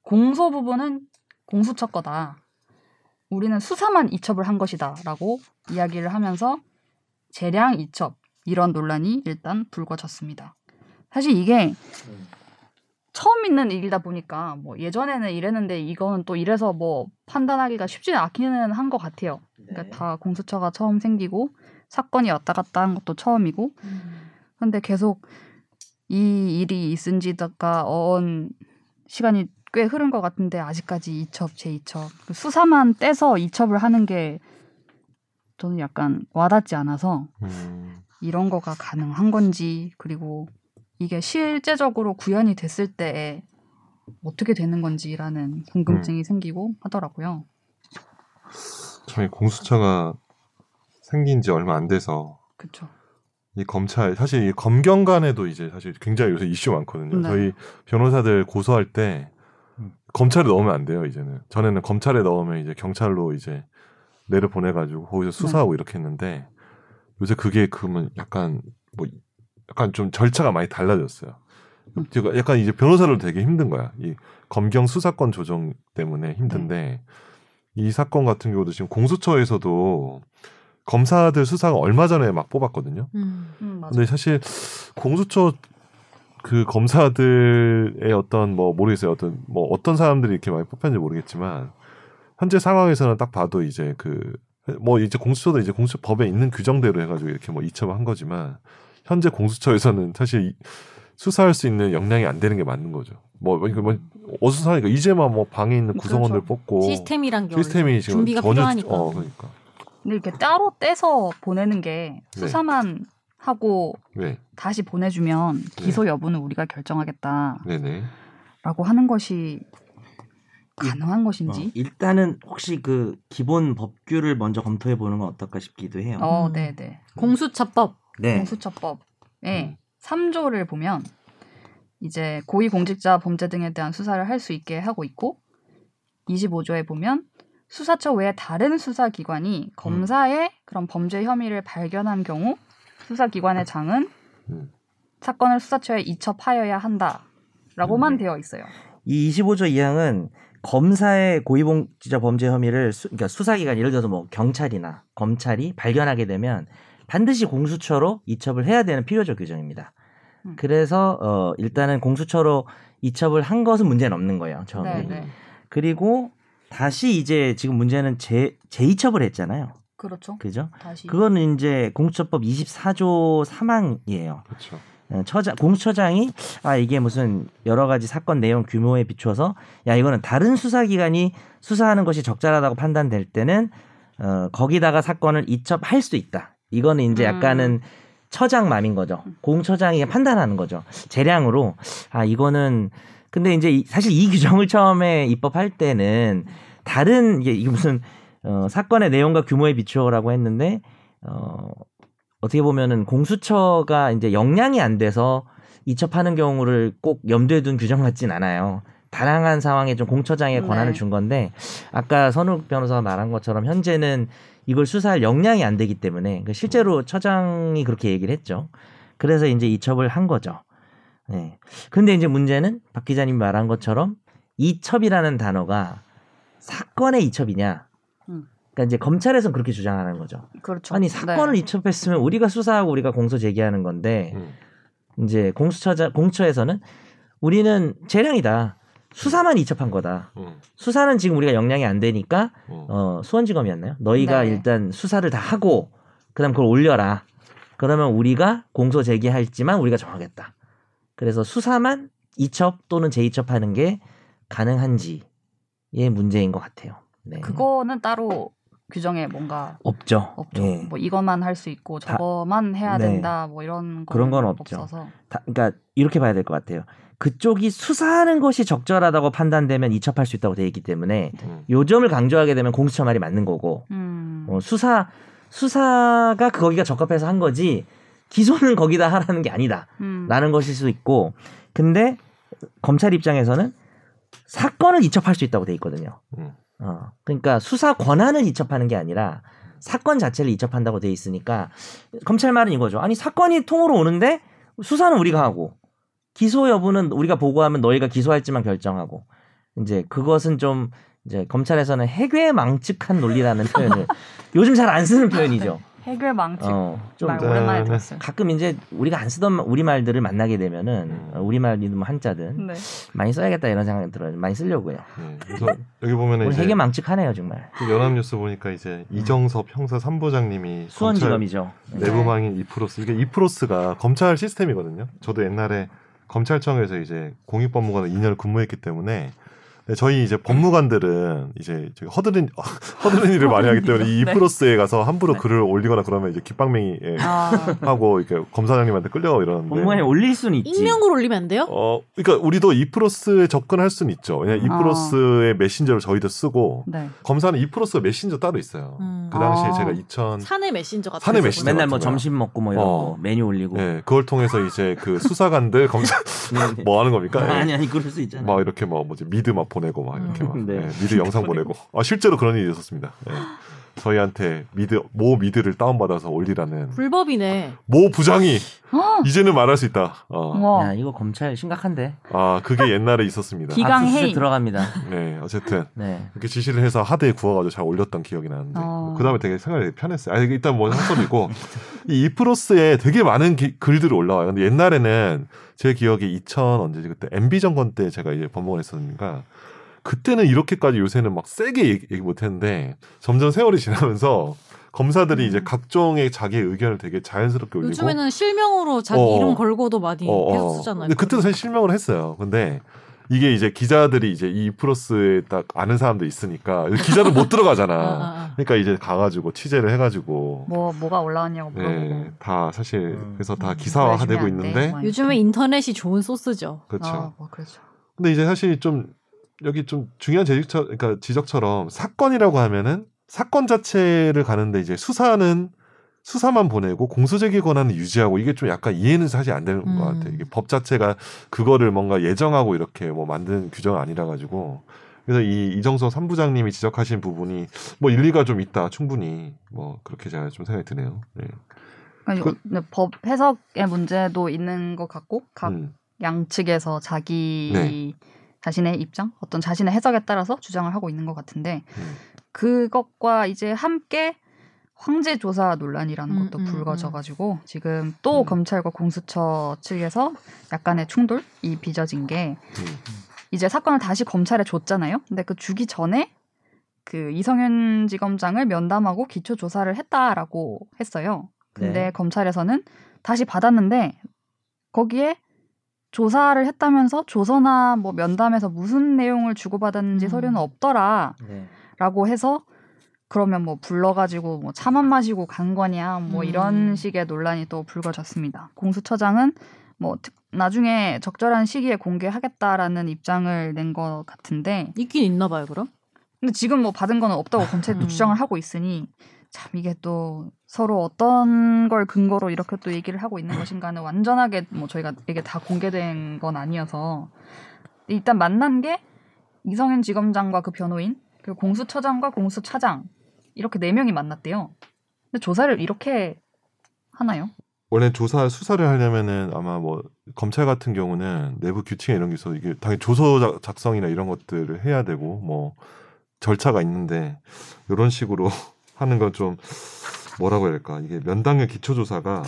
Speaker 1: 공소 부분은 공수처 거다. 우리는 수사만 이첩을 한 것이다라고 이야기를 하면서 재량 이첩 이런 논란이 일단 불거졌습니다. 사실 이게 처음 있는 일이다 보니까 뭐 예전에는 이랬는데 이거는 또 이래서 뭐 판단하기가 쉽지는 않기는 한 것 같아요.
Speaker 3: 네.
Speaker 1: 그러니까 다 공수처가 처음 생기고 사건이 왔다 갔다 한 것도 처음이고 근데 계속 이 일이 있은 지가 어언 시간이 꽤 흐른 것 같은데 아직까지 이첩 제이첩 그 수사만 떼서 이첩을 하는 게 저는 약간 와닿지 않아서
Speaker 2: 음,
Speaker 1: 이런 거가 가능한 건지 그리고 이게 실제적으로 구현이 됐을 때에 어떻게 되는 건지라는 궁금증이
Speaker 2: 음.
Speaker 1: 생기고 하더라고요.
Speaker 2: 참이 공수처가 생긴 지 얼마 안 돼서
Speaker 1: 그렇죠.
Speaker 2: 이 검찰 사실 이 검경 간에도 이제 사실 굉장히 요새 이슈 많거든요.
Speaker 1: 네.
Speaker 2: 저희 변호사들 고소할 때
Speaker 6: 음.
Speaker 2: 검찰에 넣으면 안 돼요. 이제는 전에는 검찰에 넣으면 이제 경찰로 이제 내려 보내가지고 거기서
Speaker 1: 네.
Speaker 2: 수사하고 이렇게 했는데 요새 그게 그러면 약간 뭐 약간 좀 절차가 많이 달라졌어요.
Speaker 1: 음.
Speaker 2: 제가 약간 이제 변호사로 되게 힘든 거야. 이 검경 수사권 조정 때문에
Speaker 1: 네.
Speaker 2: 힘든데 이 사건 같은 경우도 지금 공수처에서도 검사들 수사가 얼마 전에 막 뽑았거든요.
Speaker 5: 음.
Speaker 1: 음, 맞아요.
Speaker 2: 근데 사실 공수처 그 검사들의 어떤 뭐 모르겠어요 어떤 뭐 어떤 사람들이 이렇게 많이 뽑혔는지 모르겠지만 현재 상황에서는 딱 봐도 이제 그 뭐 이제 공수처도 이제 공수처 법에 있는 규정대로 해가지고 이렇게 뭐 이첩한 거지만 현재 공수처에서는 사실 이- 수사할 수 있는 역량이 안 되는 게 맞는 거죠. 뭐 그러니까 뭐 어수선하니까 이제만 뭐 방에 있는 구성원들
Speaker 1: 그렇죠.
Speaker 2: 뽑고
Speaker 5: 음, 시스템이란 게
Speaker 2: 뭐 시스템이 지금
Speaker 5: 준비가
Speaker 2: 전혀
Speaker 5: 필요하니까.
Speaker 2: 어 그러니까
Speaker 1: 근데 이렇게 따로 떼서 보내는 게
Speaker 2: 네.
Speaker 1: 수사만 하고
Speaker 2: 네
Speaker 1: 다시 보내주면 기소 여부는 우리가 결정하겠다라고
Speaker 2: 네네
Speaker 1: 하는 것이 가능한 것인지.
Speaker 3: 어, 일단은 혹시 그 기본 법규를 먼저 검토해 보는 건 어떨까 싶기도 해요.
Speaker 1: 어,
Speaker 5: 음.
Speaker 1: 네, 네.
Speaker 5: 공수처법
Speaker 3: 네.
Speaker 1: 공수처법의 네.
Speaker 2: 음.
Speaker 1: 삼 3조를 보면 이제 고위공직자 범죄 등에 대한 수사를 할 수 있게 하고 있고 25조에 보면 수사처 외에 다른
Speaker 3: 음.
Speaker 1: 수사기관이 검사의 그런 범죄 혐의를 발견한 경우 수사기관의 장은
Speaker 2: 음.
Speaker 1: 사건을 수사처에 이첩하여야 한다라고만
Speaker 3: 음, 네.
Speaker 1: 되어 있어요.
Speaker 3: 이 25조 2항은 검사의 고위공직자 범죄 혐의를 수, 그러니까 수사기관 예를 들어서 뭐 경찰이나 검찰이 발견하게 되면 반드시 공수처로 이첩을 해야 되는 필요적 규정입니다.
Speaker 1: 음.
Speaker 3: 그래서 어 일단은 공수처로 이첩을 한 것은 문제는 없는 거예요. 아, 처음에.
Speaker 1: 네, 네.
Speaker 3: 그리고 다시 이제 지금 문제는 재 재이첩을 했잖아요.
Speaker 1: 그렇죠.
Speaker 3: 그죠?
Speaker 1: 다시
Speaker 3: 그거는 이제 공수처법 24조 3항이에요.
Speaker 2: 그렇죠
Speaker 3: 어, 처장, 공수처장이 아 이게 무슨 여러 가지 사건 내용 규모에 비춰서 야 이거는 다른 수사기관이 수사하는 것이 적절하다고 판단될 때는 어, 거기다가 사건을 이첩할 수 있다. 이거는 이제
Speaker 1: 음.
Speaker 3: 약간은 처장맘인 거죠. 공처장이 판단하는 거죠. 재량으로 아 이거는 근데 이제 이- 사실 이 규정을 처음에 입법할 때는 다른 이게 이게 무슨 어, 사건의 내용과 규모에 비추어라고 했는데 어, 어떻게 보면은 공수처가 이제 역량이 안 돼서 이첩하는 경우를 꼭 염두에 둔 규정 같진 않아요. 다양한 상황에 좀 공처장의 권한을
Speaker 1: 네.
Speaker 3: 준 건데 아까 선욱 변호사가 말한 것처럼 현재는 이걸 수사할 역량이 안 되기 때문에 그 실제로 처장이 그렇게 얘기를 했죠. 그래서 이제 이첩을 한 거죠. 네. 근데 이제 문제는 박 기자님 말한 것처럼 이첩이라는 단어가 사건의 이첩이냐?
Speaker 1: 음.
Speaker 3: 그러니까 이제 검찰에서는 그렇게 주장하는 거죠.
Speaker 1: 그렇죠.
Speaker 3: 아니
Speaker 1: 네.
Speaker 3: 사건을 이첩했으면 우리가 수사하고 우리가 공소 제기하는 건데
Speaker 2: 음.
Speaker 3: 이제 공수처자 공처에서는 우리는 재량이다. 수사만 이첩한 거다.
Speaker 2: 음.
Speaker 3: 수사는 지금 우리가 역량이 안 되니까
Speaker 2: 음.
Speaker 3: 어, 수원지검이었나요? 너희가
Speaker 1: 네.
Speaker 3: 일단 수사를 다 하고 그다음 그걸 올려라. 그러면 우리가 공소 제기할지만 우리가 정하겠다. 그래서 수사만 이첩 또는 재이첩하는 게 가능한지의 문제인 것 같아요. 네.
Speaker 1: 그거는 따로 규정에 뭔가
Speaker 3: 없죠.
Speaker 1: 없죠.
Speaker 3: 예.
Speaker 1: 뭐 이것만 할 수 있고
Speaker 3: 다-
Speaker 1: 저거만 해야
Speaker 3: 네.
Speaker 1: 된다. 뭐 이런
Speaker 3: 그런
Speaker 1: 거는
Speaker 3: 건 없죠.
Speaker 1: 없어서
Speaker 3: 다- 그러니까 이렇게 봐야 될 것 같아요. 그쪽이 수사하는 것이 적절하다고 판단되면 이첩할 수 있다고 돼 있기 때문에
Speaker 2: 음.
Speaker 3: 요점을 강조하게 되면 공수처 말이 맞는 거고
Speaker 1: 음,
Speaker 3: 어, 수사 수사가 그 거기가 적합해서 한 거지 기소는 거기다 하라는 게 아니다라는
Speaker 1: 음,
Speaker 3: 것일 수 있고 근데 검찰 입장에서는 사건을 이첩할 수 있다고 돼 있거든요.
Speaker 2: 음.
Speaker 3: 어, 그러니까 수사 권한을 이첩하는 게 아니라 사건 자체를 이첩한다고 돼 있으니까 검찰 말은 이거죠. 아니 사건이 통으로 오는데 수사는 우리가 하고 기소 여부는 우리가 보고하면 너희가 기소할지만 결정하고 이제 그것은 좀 이제 검찰에서는 해괴망측한 논리라는 표현을 요즘 잘 안 쓰는 표현이죠.
Speaker 1: 해결 망치
Speaker 3: 어, 좀
Speaker 1: 말 오랜만에
Speaker 2: 네,
Speaker 1: 들었어요.
Speaker 3: 가끔 이제 우리가 안 쓰던 우리 말들을 만나게 되면은
Speaker 2: 음.
Speaker 3: 우리 말이든 뭐 한자든
Speaker 1: 네.
Speaker 3: 많이 써야겠다 이런 생각이 들어요. 많이 쓰려고요.
Speaker 2: 음, 그래서 여기 보면은
Speaker 3: 오늘
Speaker 2: 이제
Speaker 3: 되게 망측하네요 정말.
Speaker 2: 또 연합뉴스 보니까 이제 이정섭 형사 3부장님이
Speaker 3: 수원지검이죠.
Speaker 2: 내부망인 이프로스 이게 이프로스가 검찰 시스템이거든요. 저도 옛날에 검찰청에서 이제 공익법무관 2년 근무했기 때문에 네, 저희 이제 법무관들은 이제 저기 허드렛 허드렛 일을 많이 하기 때문에 이
Speaker 1: 네.
Speaker 2: 이프로스에 가서 함부로
Speaker 1: 네.
Speaker 2: 글을 올리거나 그러면 이제 깃방맹이 예,
Speaker 1: 아,
Speaker 2: 하고 이렇게 검사장님한테 끌려가고 이러는데
Speaker 3: 공무원에 올릴 수는 있지.
Speaker 5: 익명으로 올리면 안 돼요?
Speaker 2: 어 그러니까 우리도 이프로스에 접근할 수는 있죠. 왜냐
Speaker 1: 아.
Speaker 2: 이프로스의 메신저를 저희도 쓰고
Speaker 1: 네.
Speaker 2: 검사는 이프로스 메신저 따로 있어요.
Speaker 5: 음.
Speaker 2: 그 당시에
Speaker 1: 아.
Speaker 2: 제가 2000
Speaker 5: 사내 메신저 같은
Speaker 2: 사내
Speaker 5: 거
Speaker 2: 메신저.
Speaker 5: 보내요.
Speaker 3: 맨날 뭐
Speaker 2: 같은 거야.
Speaker 3: 점심 먹고 뭐 이런
Speaker 2: 어.
Speaker 3: 거 메뉴 올리고.
Speaker 2: 예, 그걸 통해서 이제 그 수사관들 검사
Speaker 3: 네, 네.
Speaker 2: 뭐 하는 겁니까? 예.
Speaker 3: 아니 아니 그럴 수 있잖아.
Speaker 2: 막 이렇게 뭐 뭐지 미드 막 보내고 막 이렇게 막
Speaker 3: 음. 네.
Speaker 2: 예, 미드 영상 보내고 아 실제로 그런 일이 있었습니다. 예. 저희한테 미드 모 미드를 다운 받아서 올리라는
Speaker 5: 불법이네.
Speaker 2: 모 부장이
Speaker 1: 어,
Speaker 2: 이제는 말할 수 있다. 어.
Speaker 1: 와.
Speaker 3: 야 이거 검찰 심각한데.
Speaker 2: 아 그게 옛날에 있었습니다.
Speaker 1: 기- 기강
Speaker 3: 압수수색
Speaker 1: 회의.
Speaker 3: 들어갑니다.
Speaker 2: 네 어쨌든
Speaker 3: 네.
Speaker 2: 이렇게 지시를 해서 하드에 구워가지고 잘 올렸던 기억이 나는데
Speaker 1: 어.
Speaker 2: 그 다음에 되게 생각이 편했어요. 아 이게 일단 뭐 한소리고 이 이프로스에 되게 많은 기- 글들이 올라와요. 근데 옛날에는 제 기억에 2000 언제지 그때 MB 정권 때 제가 이제 법무원했었는가 그때는 이렇게까지 요새는 막 세게 얘기, 얘기 못했는데 점점 세월이 지나면서 검사들이 이제 각종의 자기의 의견을 되게 자연스럽게
Speaker 5: 음.
Speaker 2: 올리고
Speaker 5: 요즘에는 실명으로 자기
Speaker 2: 어.
Speaker 5: 이름 걸고도 많이
Speaker 2: 어, 어.
Speaker 5: 예, 계속 쓰잖아요.
Speaker 2: 근데 그때도 사실 실명을 했어요. 근데 이게 이제 기자들이 이제 이 플러스에 딱 아는 사람도 있으니까 기자들 못
Speaker 5: 아,
Speaker 2: 들어가잖아.
Speaker 5: 아, 아.
Speaker 2: 그러니까 이제 가가지고 취재를 해가지고
Speaker 1: 뭐 뭐가 올라왔냐고
Speaker 5: 음.
Speaker 1: 물어보고.
Speaker 2: 네, 다 사실
Speaker 3: 음.
Speaker 2: 그래서
Speaker 1: 음,
Speaker 2: 다 기사화되고
Speaker 1: 보여주면 안
Speaker 2: 있는데
Speaker 1: 돼.
Speaker 5: 아. 요즘에 뭐 인터넷이 좋은 소스죠.
Speaker 2: 그렇죠.
Speaker 1: 아, 뭐 그렇죠.
Speaker 2: 근데 이제 사실 좀 여기 좀 중요한 지적처, 그러니까 지적처럼 사건이라고 하면은 사건 자체를 가는데 이제 수사는 수사만 보내고 공소제기 권한을 유지하고 이게 좀 약간 이해는 사실 안 되는
Speaker 5: 음.
Speaker 2: 것 같아요. 이게 법 자체가 그거를 뭔가 예정하고 이렇게 뭐 만든 규정은 아니라 가지고 그래서 이 이정서 삼부장님이 지적하신 부분이 뭐 일리가 좀 있다 충분히 뭐 그렇게 제가 좀 생각이 드네요. 네.
Speaker 1: 그러니까 요- 법 해석의 문제도 있는 것 같고 각
Speaker 2: 음.
Speaker 1: 양측에서 자기
Speaker 2: 네.
Speaker 1: 자신의 입장, 어떤 자신의 해석에 따라서 주장을 하고 있는 것 같은데
Speaker 2: 음.
Speaker 1: 그것과 이제 함께 황제 조사 논란이라는
Speaker 5: 음,
Speaker 1: 것도
Speaker 5: 음,
Speaker 1: 불거져가지고 지금 또
Speaker 2: 음.
Speaker 1: 검찰과 공수처 측에서 약간의 충돌이 빚어진 게
Speaker 2: 음.
Speaker 1: 이제 사건을 다시 검찰에 줬잖아요. 근데 그 주기 전에 그 이성윤 지검장을 면담하고 기초 조사를 했다라고 했어요. 근데
Speaker 5: 네.
Speaker 3: 네.
Speaker 1: 검찰에서는 다시 받았는데 거기에 조사를 했다면서 조서나 뭐 면담에서 무슨 내용을 주고받았는지
Speaker 5: 음.
Speaker 1: 서류는 없더라라고
Speaker 3: 네.
Speaker 1: 해서 그러면 뭐 불러가지고 뭐 차만 마시고 간 거냐 뭐
Speaker 5: 음.
Speaker 1: 이런 식의 논란이 또 불거졌습니다. 공수처장은 뭐 특- 나중에 적절한 시기에 공개하겠다라는 입장을 낸 것 같은데
Speaker 5: 있긴 있나 봐요, 그럼?
Speaker 1: 근데 지금 뭐 받은 거는 없다고 검찰이 또
Speaker 5: 음.
Speaker 1: 주장을 하고 있으니 참 이게 또 서로 어떤 걸 근거로 이렇게 또 얘기를 하고 있는 것인가는 완전하게 뭐 저희가 이게 다 공개된 건 아니어서 일단 만난 게 이성윤 지검장과 그 변호인 그리고 공수처장과 공수차장 이렇게 네 명이 만났대요. 근데 조사를 이렇게 하나요?
Speaker 2: 원래 조사 수사를 하려면은 아마 뭐 검찰 같은 경우는 내부 규칙에 이런 게 있어서 이게 당연히 조서 작- 작성이나 이런 것들을 해야 되고 뭐 절차가 있는데 이런 식으로 하는 건 좀 뭐라고 해야 될까 이게 면담의 기초 조사가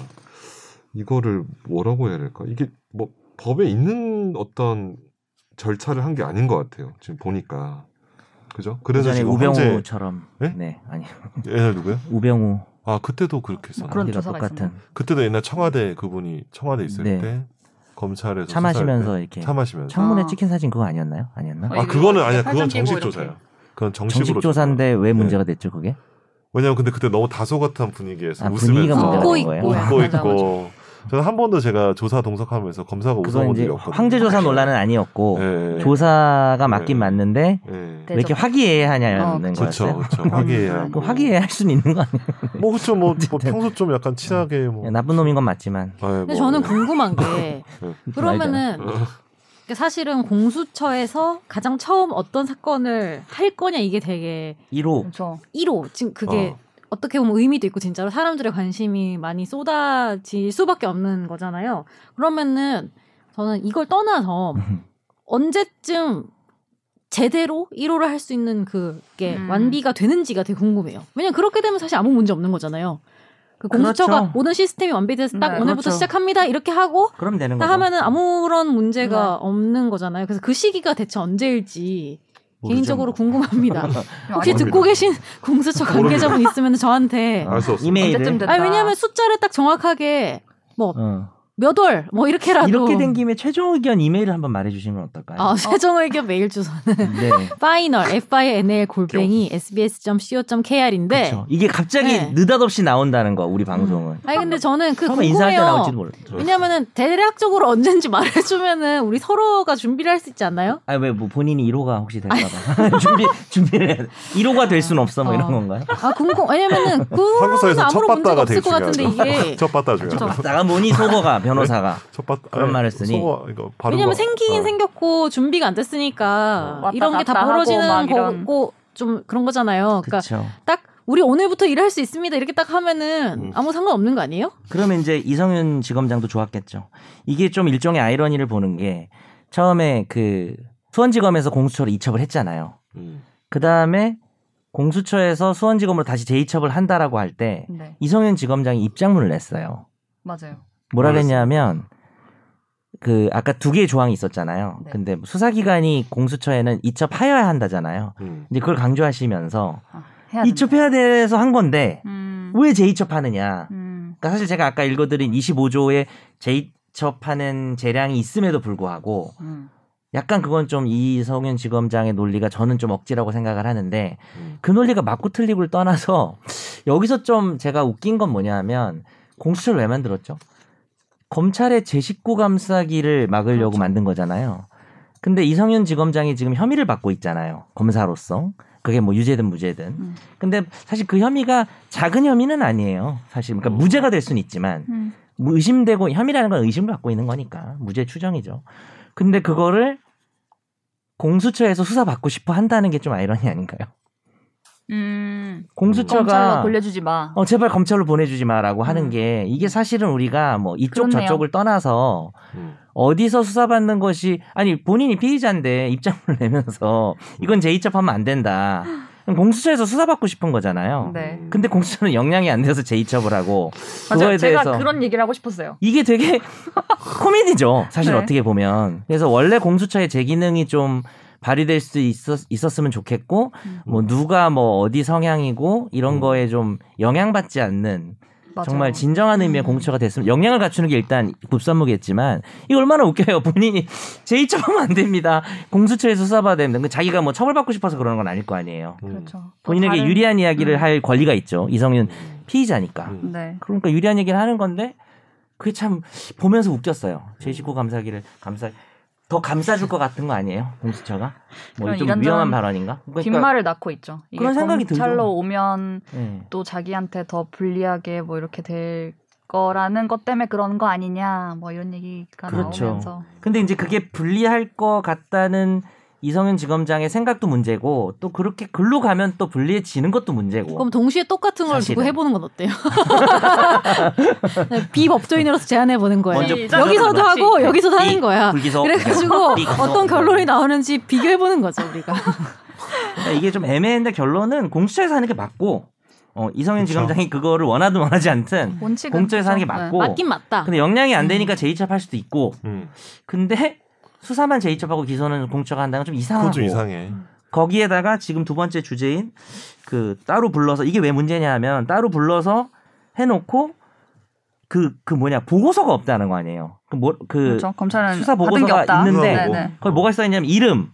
Speaker 2: 이거를 뭐라고 해야 될까 이게 뭐 법에 있는 어떤 절차를 한 게 아닌 것 같아요 지금 보니까 그죠 그래서
Speaker 3: 예전에
Speaker 2: 지금
Speaker 3: 우병우처럼.
Speaker 2: 예?
Speaker 3: 네 아니
Speaker 2: 황제- 옛날 누구요?
Speaker 3: 우병우
Speaker 2: 아 그때도 그렇게 했었나?
Speaker 1: 그런
Speaker 3: 우리가
Speaker 1: 조사가
Speaker 3: 똑같은
Speaker 2: 그때도 옛날 청와대 그분이 청와대 있을
Speaker 3: 네.
Speaker 2: 때 검찰에서
Speaker 3: 차
Speaker 2: 수사할 때
Speaker 3: 마시면서 이렇게
Speaker 2: 차 마시면서
Speaker 3: 창문에
Speaker 1: 아.
Speaker 3: 찍힌 사진 그거 아니었나요? 아니었나?
Speaker 1: 어,
Speaker 2: 아
Speaker 1: 이거
Speaker 2: 그거는 아니야
Speaker 1: 팔짱 끼고
Speaker 2: 그건 정식
Speaker 1: 이렇게.
Speaker 2: 조사야 그건 정식으로 네.
Speaker 3: 정식 조사인데 왜 문제가 됐죠 그게?
Speaker 2: 왜냐면 근데 그때 너무 다소 같은 분위기에서
Speaker 3: 아, 분위기가
Speaker 2: 웃으면서
Speaker 5: 문제가
Speaker 3: 문제가
Speaker 5: 웃고
Speaker 3: 된
Speaker 5: 있고
Speaker 3: 거예요.
Speaker 1: 뭐야.
Speaker 2: 웃고
Speaker 1: 맞아,
Speaker 2: 있고 저는 한 번도 제가 조사 동석하면서 검사가 웃어본
Speaker 3: 그건 이제
Speaker 2: 적이 없거든요
Speaker 3: 황제 조사 논란은 아니었고
Speaker 2: 예, 예.
Speaker 3: 조사가 맞긴
Speaker 2: 네.
Speaker 3: 맞는데
Speaker 2: 예.
Speaker 1: 네.
Speaker 3: 왜 이렇게
Speaker 1: 어,
Speaker 3: 화기애애하냐는
Speaker 2: 그렇죠
Speaker 3: 거였어요.
Speaker 2: 그렇죠 화기애애하고
Speaker 3: 그 화기애애할 수는 있는 거 아니에요?
Speaker 2: 뭐 그렇죠 뭐, 뭐 평소 좀 약간 친하게 뭐
Speaker 3: 나쁜 놈인 건 맞지만
Speaker 2: 아, 예,
Speaker 5: 근데
Speaker 2: 뭐,
Speaker 5: 저는 그,
Speaker 2: 예.
Speaker 5: 궁금한
Speaker 3: 네,
Speaker 5: 게 그러면은
Speaker 2: 알잖아.
Speaker 5: 그러니까 사실은 공수처에서 가장 처음 어떤 사건을 할 거냐 이게 되게
Speaker 3: 1호
Speaker 1: 그렇죠.
Speaker 5: 1호 지금 그게
Speaker 2: 어.
Speaker 5: 어. 떻게 보면 의미도 있고 진짜로 사람들의 관심이 많이 쏟아질 수밖에 없는 거잖아요. 그러면은 저는 이걸 떠나서 언제쯤 제대로 1호를 할 수 있는 그게
Speaker 1: 음.
Speaker 5: 완비가 되는지가 되게 궁금해요. 왜냐면 그렇게 되면 사실 아무 문제 없는 거잖아요. 그 공수처가
Speaker 3: 그렇죠.
Speaker 5: 모든 시스템이 완비돼서 딱
Speaker 1: 네,
Speaker 5: 오늘부터
Speaker 3: 그렇죠.
Speaker 5: 시작합니다 이렇게 하고
Speaker 3: 그럼 되는
Speaker 5: 딱
Speaker 3: 거죠.
Speaker 5: 하면은 아무런 문제가
Speaker 1: 네.
Speaker 5: 없는 거잖아요. 그래서 그 시기가 대체 언제일지
Speaker 3: 모르죠,
Speaker 5: 개인적으로
Speaker 3: 뭐.
Speaker 5: 궁금합니다. 혹시
Speaker 2: 아닙니다.
Speaker 5: 듣고 계신 공수처 관계자분 있으면 저한테
Speaker 2: 알수 없습니다.
Speaker 3: 이메일을
Speaker 1: 언제쯤 됐다.
Speaker 5: 아니 왜냐하면 숫자를 딱 정확하게
Speaker 3: 어.
Speaker 5: 몇 월 뭐 이렇게라도
Speaker 3: 이렇게 된 김에 최종 의견 이메일을 한번 말해주시면 어떨까요?
Speaker 5: 아, 최종 의견 메일 주소는
Speaker 3: 네.
Speaker 5: 파이널 f i n l 골뱅이 sbs.co.kr인데
Speaker 3: 그렇죠. 이게 갑자기
Speaker 5: 네.
Speaker 3: 느닷없이 나온다는 거 우리 방송은
Speaker 5: 아니 근데 저는 그
Speaker 3: 처음에 인사할 때
Speaker 5: 궁금해요.
Speaker 3: 나올지도 몰라.
Speaker 2: 어.
Speaker 5: 왜냐면은 대략적으로 언젠지 말해주면은 우리 서로가 준비를 할 수 있지 않나요?
Speaker 3: 아왜뭐 본인이 1호가 혹시 될까봐 준비 준비를 해야 돼. 1호가 될 수는 없어 뭐
Speaker 5: 어.
Speaker 3: 이런 건가요?
Speaker 5: 아 궁금 왜냐면은 그거는
Speaker 2: 한국사에서 첫
Speaker 5: 아무런 문제가
Speaker 2: 바다가
Speaker 5: 없을 것
Speaker 2: 되게
Speaker 5: 같은데 이게
Speaker 2: 중요하죠. 첫 바다 중요하죠.
Speaker 3: 나가 뭐니 소거가 변호사가
Speaker 2: 첫 바다
Speaker 3: 그런 말을 쓰니.
Speaker 2: 소화, 아, 예, 이거 어. 발음
Speaker 5: 왜냐면 생기긴
Speaker 3: 어.
Speaker 5: 생겼고 준비가 안 됐으니까
Speaker 1: 왔다
Speaker 5: 이런 게 다
Speaker 1: 갔다 하고 막
Speaker 5: 벌어지는
Speaker 1: 이런.
Speaker 5: 거고 좀 그런 거잖아요. 그러니까
Speaker 3: 그렇죠.
Speaker 5: 딱 우리 오늘부터 일할 수 있습니다 이렇게 딱 하면은
Speaker 2: 음.
Speaker 5: 아무 상관없는 거 아니에요?
Speaker 3: 그러면 이제 이성윤 지검장도 좋았겠죠. 이게 좀 일종의 아이러니를 보는 게 처음에 그 수원지검에서 공수처로 이첩을 했잖아요.
Speaker 2: 음,
Speaker 3: 그 다음에 공수처에서 수원지검으로 다시 재이첩을 한다라고 할 때
Speaker 1: 네
Speaker 3: 이성윤 지검장이 입장문을 냈어요.
Speaker 1: 맞아요.
Speaker 3: 뭐라 그랬냐면 그 아까 두 개의 조항이 있었잖아요.
Speaker 1: 네.
Speaker 3: 근데 수사기관이 공수처에는 이첩하여야 한다잖아요.
Speaker 2: 음,
Speaker 3: 근데 그걸 강조하시면서
Speaker 1: 아, 해야 된다.
Speaker 3: 이첩해야 돼서 한 건데
Speaker 1: 음,
Speaker 3: 왜 재이첩하느냐.
Speaker 1: 음,
Speaker 3: 그러니까 사실 제가 아까 읽어드린 25조에 재이첩하는 재량이 있음에도 불구하고
Speaker 1: 음.
Speaker 3: 약간 그건 좀 이성윤 지검장의 논리가 저는 좀 억지라고 생각을 하는데
Speaker 2: 음.
Speaker 3: 그 논리가 맞고 틀리고를 떠나서 여기서 좀 제가 웃긴 건 뭐냐면 공수처를 왜 만들었죠? 검찰의 제식구 감싸기를 막으려고 만든 거잖아요. 근데 이성윤 지검장이 지금 혐의를 받고 있잖아요. 검사로서. 그게 뭐 유죄든 무죄든.
Speaker 1: 음.
Speaker 3: 근데 사실 그 혐의가 작은 혐의는 아니에요. 사실 그러니까 무죄가 될 수는 있지만
Speaker 1: 음.
Speaker 3: 뭐 의심되고 혐의라는 건 의심을 받고 있는 거니까 무죄 추정이죠. 근데 그거를 공수처에서 수사받고 싶어 한다는 게 좀 아이러니 아닌가요?
Speaker 1: 음. 검찰로
Speaker 3: 공수처가
Speaker 1: 돌려주지 마.
Speaker 3: 어 제발 검찰로 보내주지 마라고 하는
Speaker 1: 음.
Speaker 3: 게 이게 사실은 우리가 뭐 이쪽
Speaker 1: 그렇네요.
Speaker 3: 저쪽을 떠나서
Speaker 2: 음.
Speaker 3: 어디서 수사받는 것이 아니 본인이 피의자인데 입장을 내면서 이건 재이첩하면 안 된다. 그럼 공수처에서 수사받고 싶은 거잖아요.
Speaker 1: 네.
Speaker 2: 음,
Speaker 3: 근데 공수처는 역량이 안 돼서 재이첩을 하고 그거에
Speaker 1: 맞아요. 제가
Speaker 3: 대해서
Speaker 1: 그런 얘기를 하고 싶었어요.
Speaker 3: 이게 되게 코미디죠. 사실
Speaker 1: 네.
Speaker 3: 어떻게 보면. 그래서 원래 공수처의 재기능이 좀 발휘될 수 있었, 있었으면 좋겠고
Speaker 1: 음.
Speaker 3: 뭐 누가 뭐 어디 성향이고 이런
Speaker 2: 음.
Speaker 3: 거에 좀 영향받지 않는
Speaker 1: 맞아요.
Speaker 3: 정말 진정한 의미의
Speaker 1: 음.
Speaker 3: 공처가 됐으면 영향을 갖추는 게 일단 굽산무겠지만 이거 얼마나 웃겨요 본인이 제이처하면 안 됩니다 공수처에 수사받아야 됩니다 그 자기가 뭐 처벌받고 싶어서 그러는 건 아닐 거 아니에요
Speaker 2: 음,
Speaker 1: 그렇죠. 또
Speaker 3: 본인에게
Speaker 1: 다른-
Speaker 3: 유리한 이야기를
Speaker 1: 음.
Speaker 3: 할 권리가 있죠 이성윤 피의자니까
Speaker 2: 음.
Speaker 1: 네.
Speaker 3: 그러니까 유리한 얘기를 하는 건데 그게 참 보면서 웃겼어요
Speaker 5: 음.
Speaker 3: 제식구 감사기를 감사 더 감싸줄 것 같은 거 아니에요 공수처가
Speaker 1: 그런
Speaker 3: 뭐좀
Speaker 1: 이런저런
Speaker 3: 위험한 발언인가 그러니까-
Speaker 1: 뒷말을 낳고 있죠. 이게
Speaker 3: 그런 생각이 들죠.
Speaker 1: 검찰로 오면
Speaker 3: 예.
Speaker 1: 또 자기한테 더 불리하게 뭐 이렇게 될 거라는 것 때문에 그런 거 아니냐 뭐 이런 얘기가
Speaker 3: 그렇죠.
Speaker 1: 나오면서
Speaker 3: 근데 이제 그게 불리할 것 같다는 이성윤 지검장의 생각도 문제고 또 그렇게 글로 가면 또 불리해지는 것도 문제고
Speaker 5: 그럼 동시에 똑같은 걸
Speaker 3: 뭐. 사실은.
Speaker 5: 두고 해보는 건 어때요? 네, 비법조인으로서 제안해 보는 거예요.
Speaker 3: 먼저
Speaker 5: 여기서도
Speaker 3: 시작.
Speaker 5: 하고 여기서도
Speaker 3: 삐,
Speaker 5: 하는 거야.
Speaker 3: 아, 불기소
Speaker 5: 그래가지고
Speaker 3: 삐,
Speaker 5: 어떤 결론이 나오는지 비교해 보는 거죠 우리가.
Speaker 3: 그러니까 이게 좀 애매한데 결론은 공수처에서 하는 게 맞고 어, 이성윤
Speaker 2: 그쵸.
Speaker 3: 지검장이 그거를 원하든 원하지 않든
Speaker 1: 원칙은
Speaker 3: 공수처에서 하는 게
Speaker 1: 그렇죠.
Speaker 3: 맞고
Speaker 5: 맞긴 맞다.
Speaker 3: 근데 역량이
Speaker 5: 음.
Speaker 3: 안 되니까 재이첩할 수도 있고
Speaker 2: 음.
Speaker 3: 근데 수사만 재이첩하고 기소는 공처가 한다는 건 좀
Speaker 5: 아.
Speaker 3: 이상하고
Speaker 2: 그건 좀 이상해.
Speaker 3: 음. 거기에다가 지금 두 번째 주제인 그 따로 불러서 이게 왜 문제냐 하면 따로 불러서 해놓고 그 그 뭐냐 보고서가 없다는 거 아니에요. 그 뭐 그
Speaker 1: 그렇죠. 검찰은
Speaker 3: 수사
Speaker 1: 받은 게
Speaker 3: 보고서가
Speaker 5: 아,
Speaker 1: 없다.
Speaker 3: 있는데
Speaker 1: 네,
Speaker 2: 그거하고.
Speaker 1: 네.
Speaker 3: 거기 뭐가 써 있냐면 이름,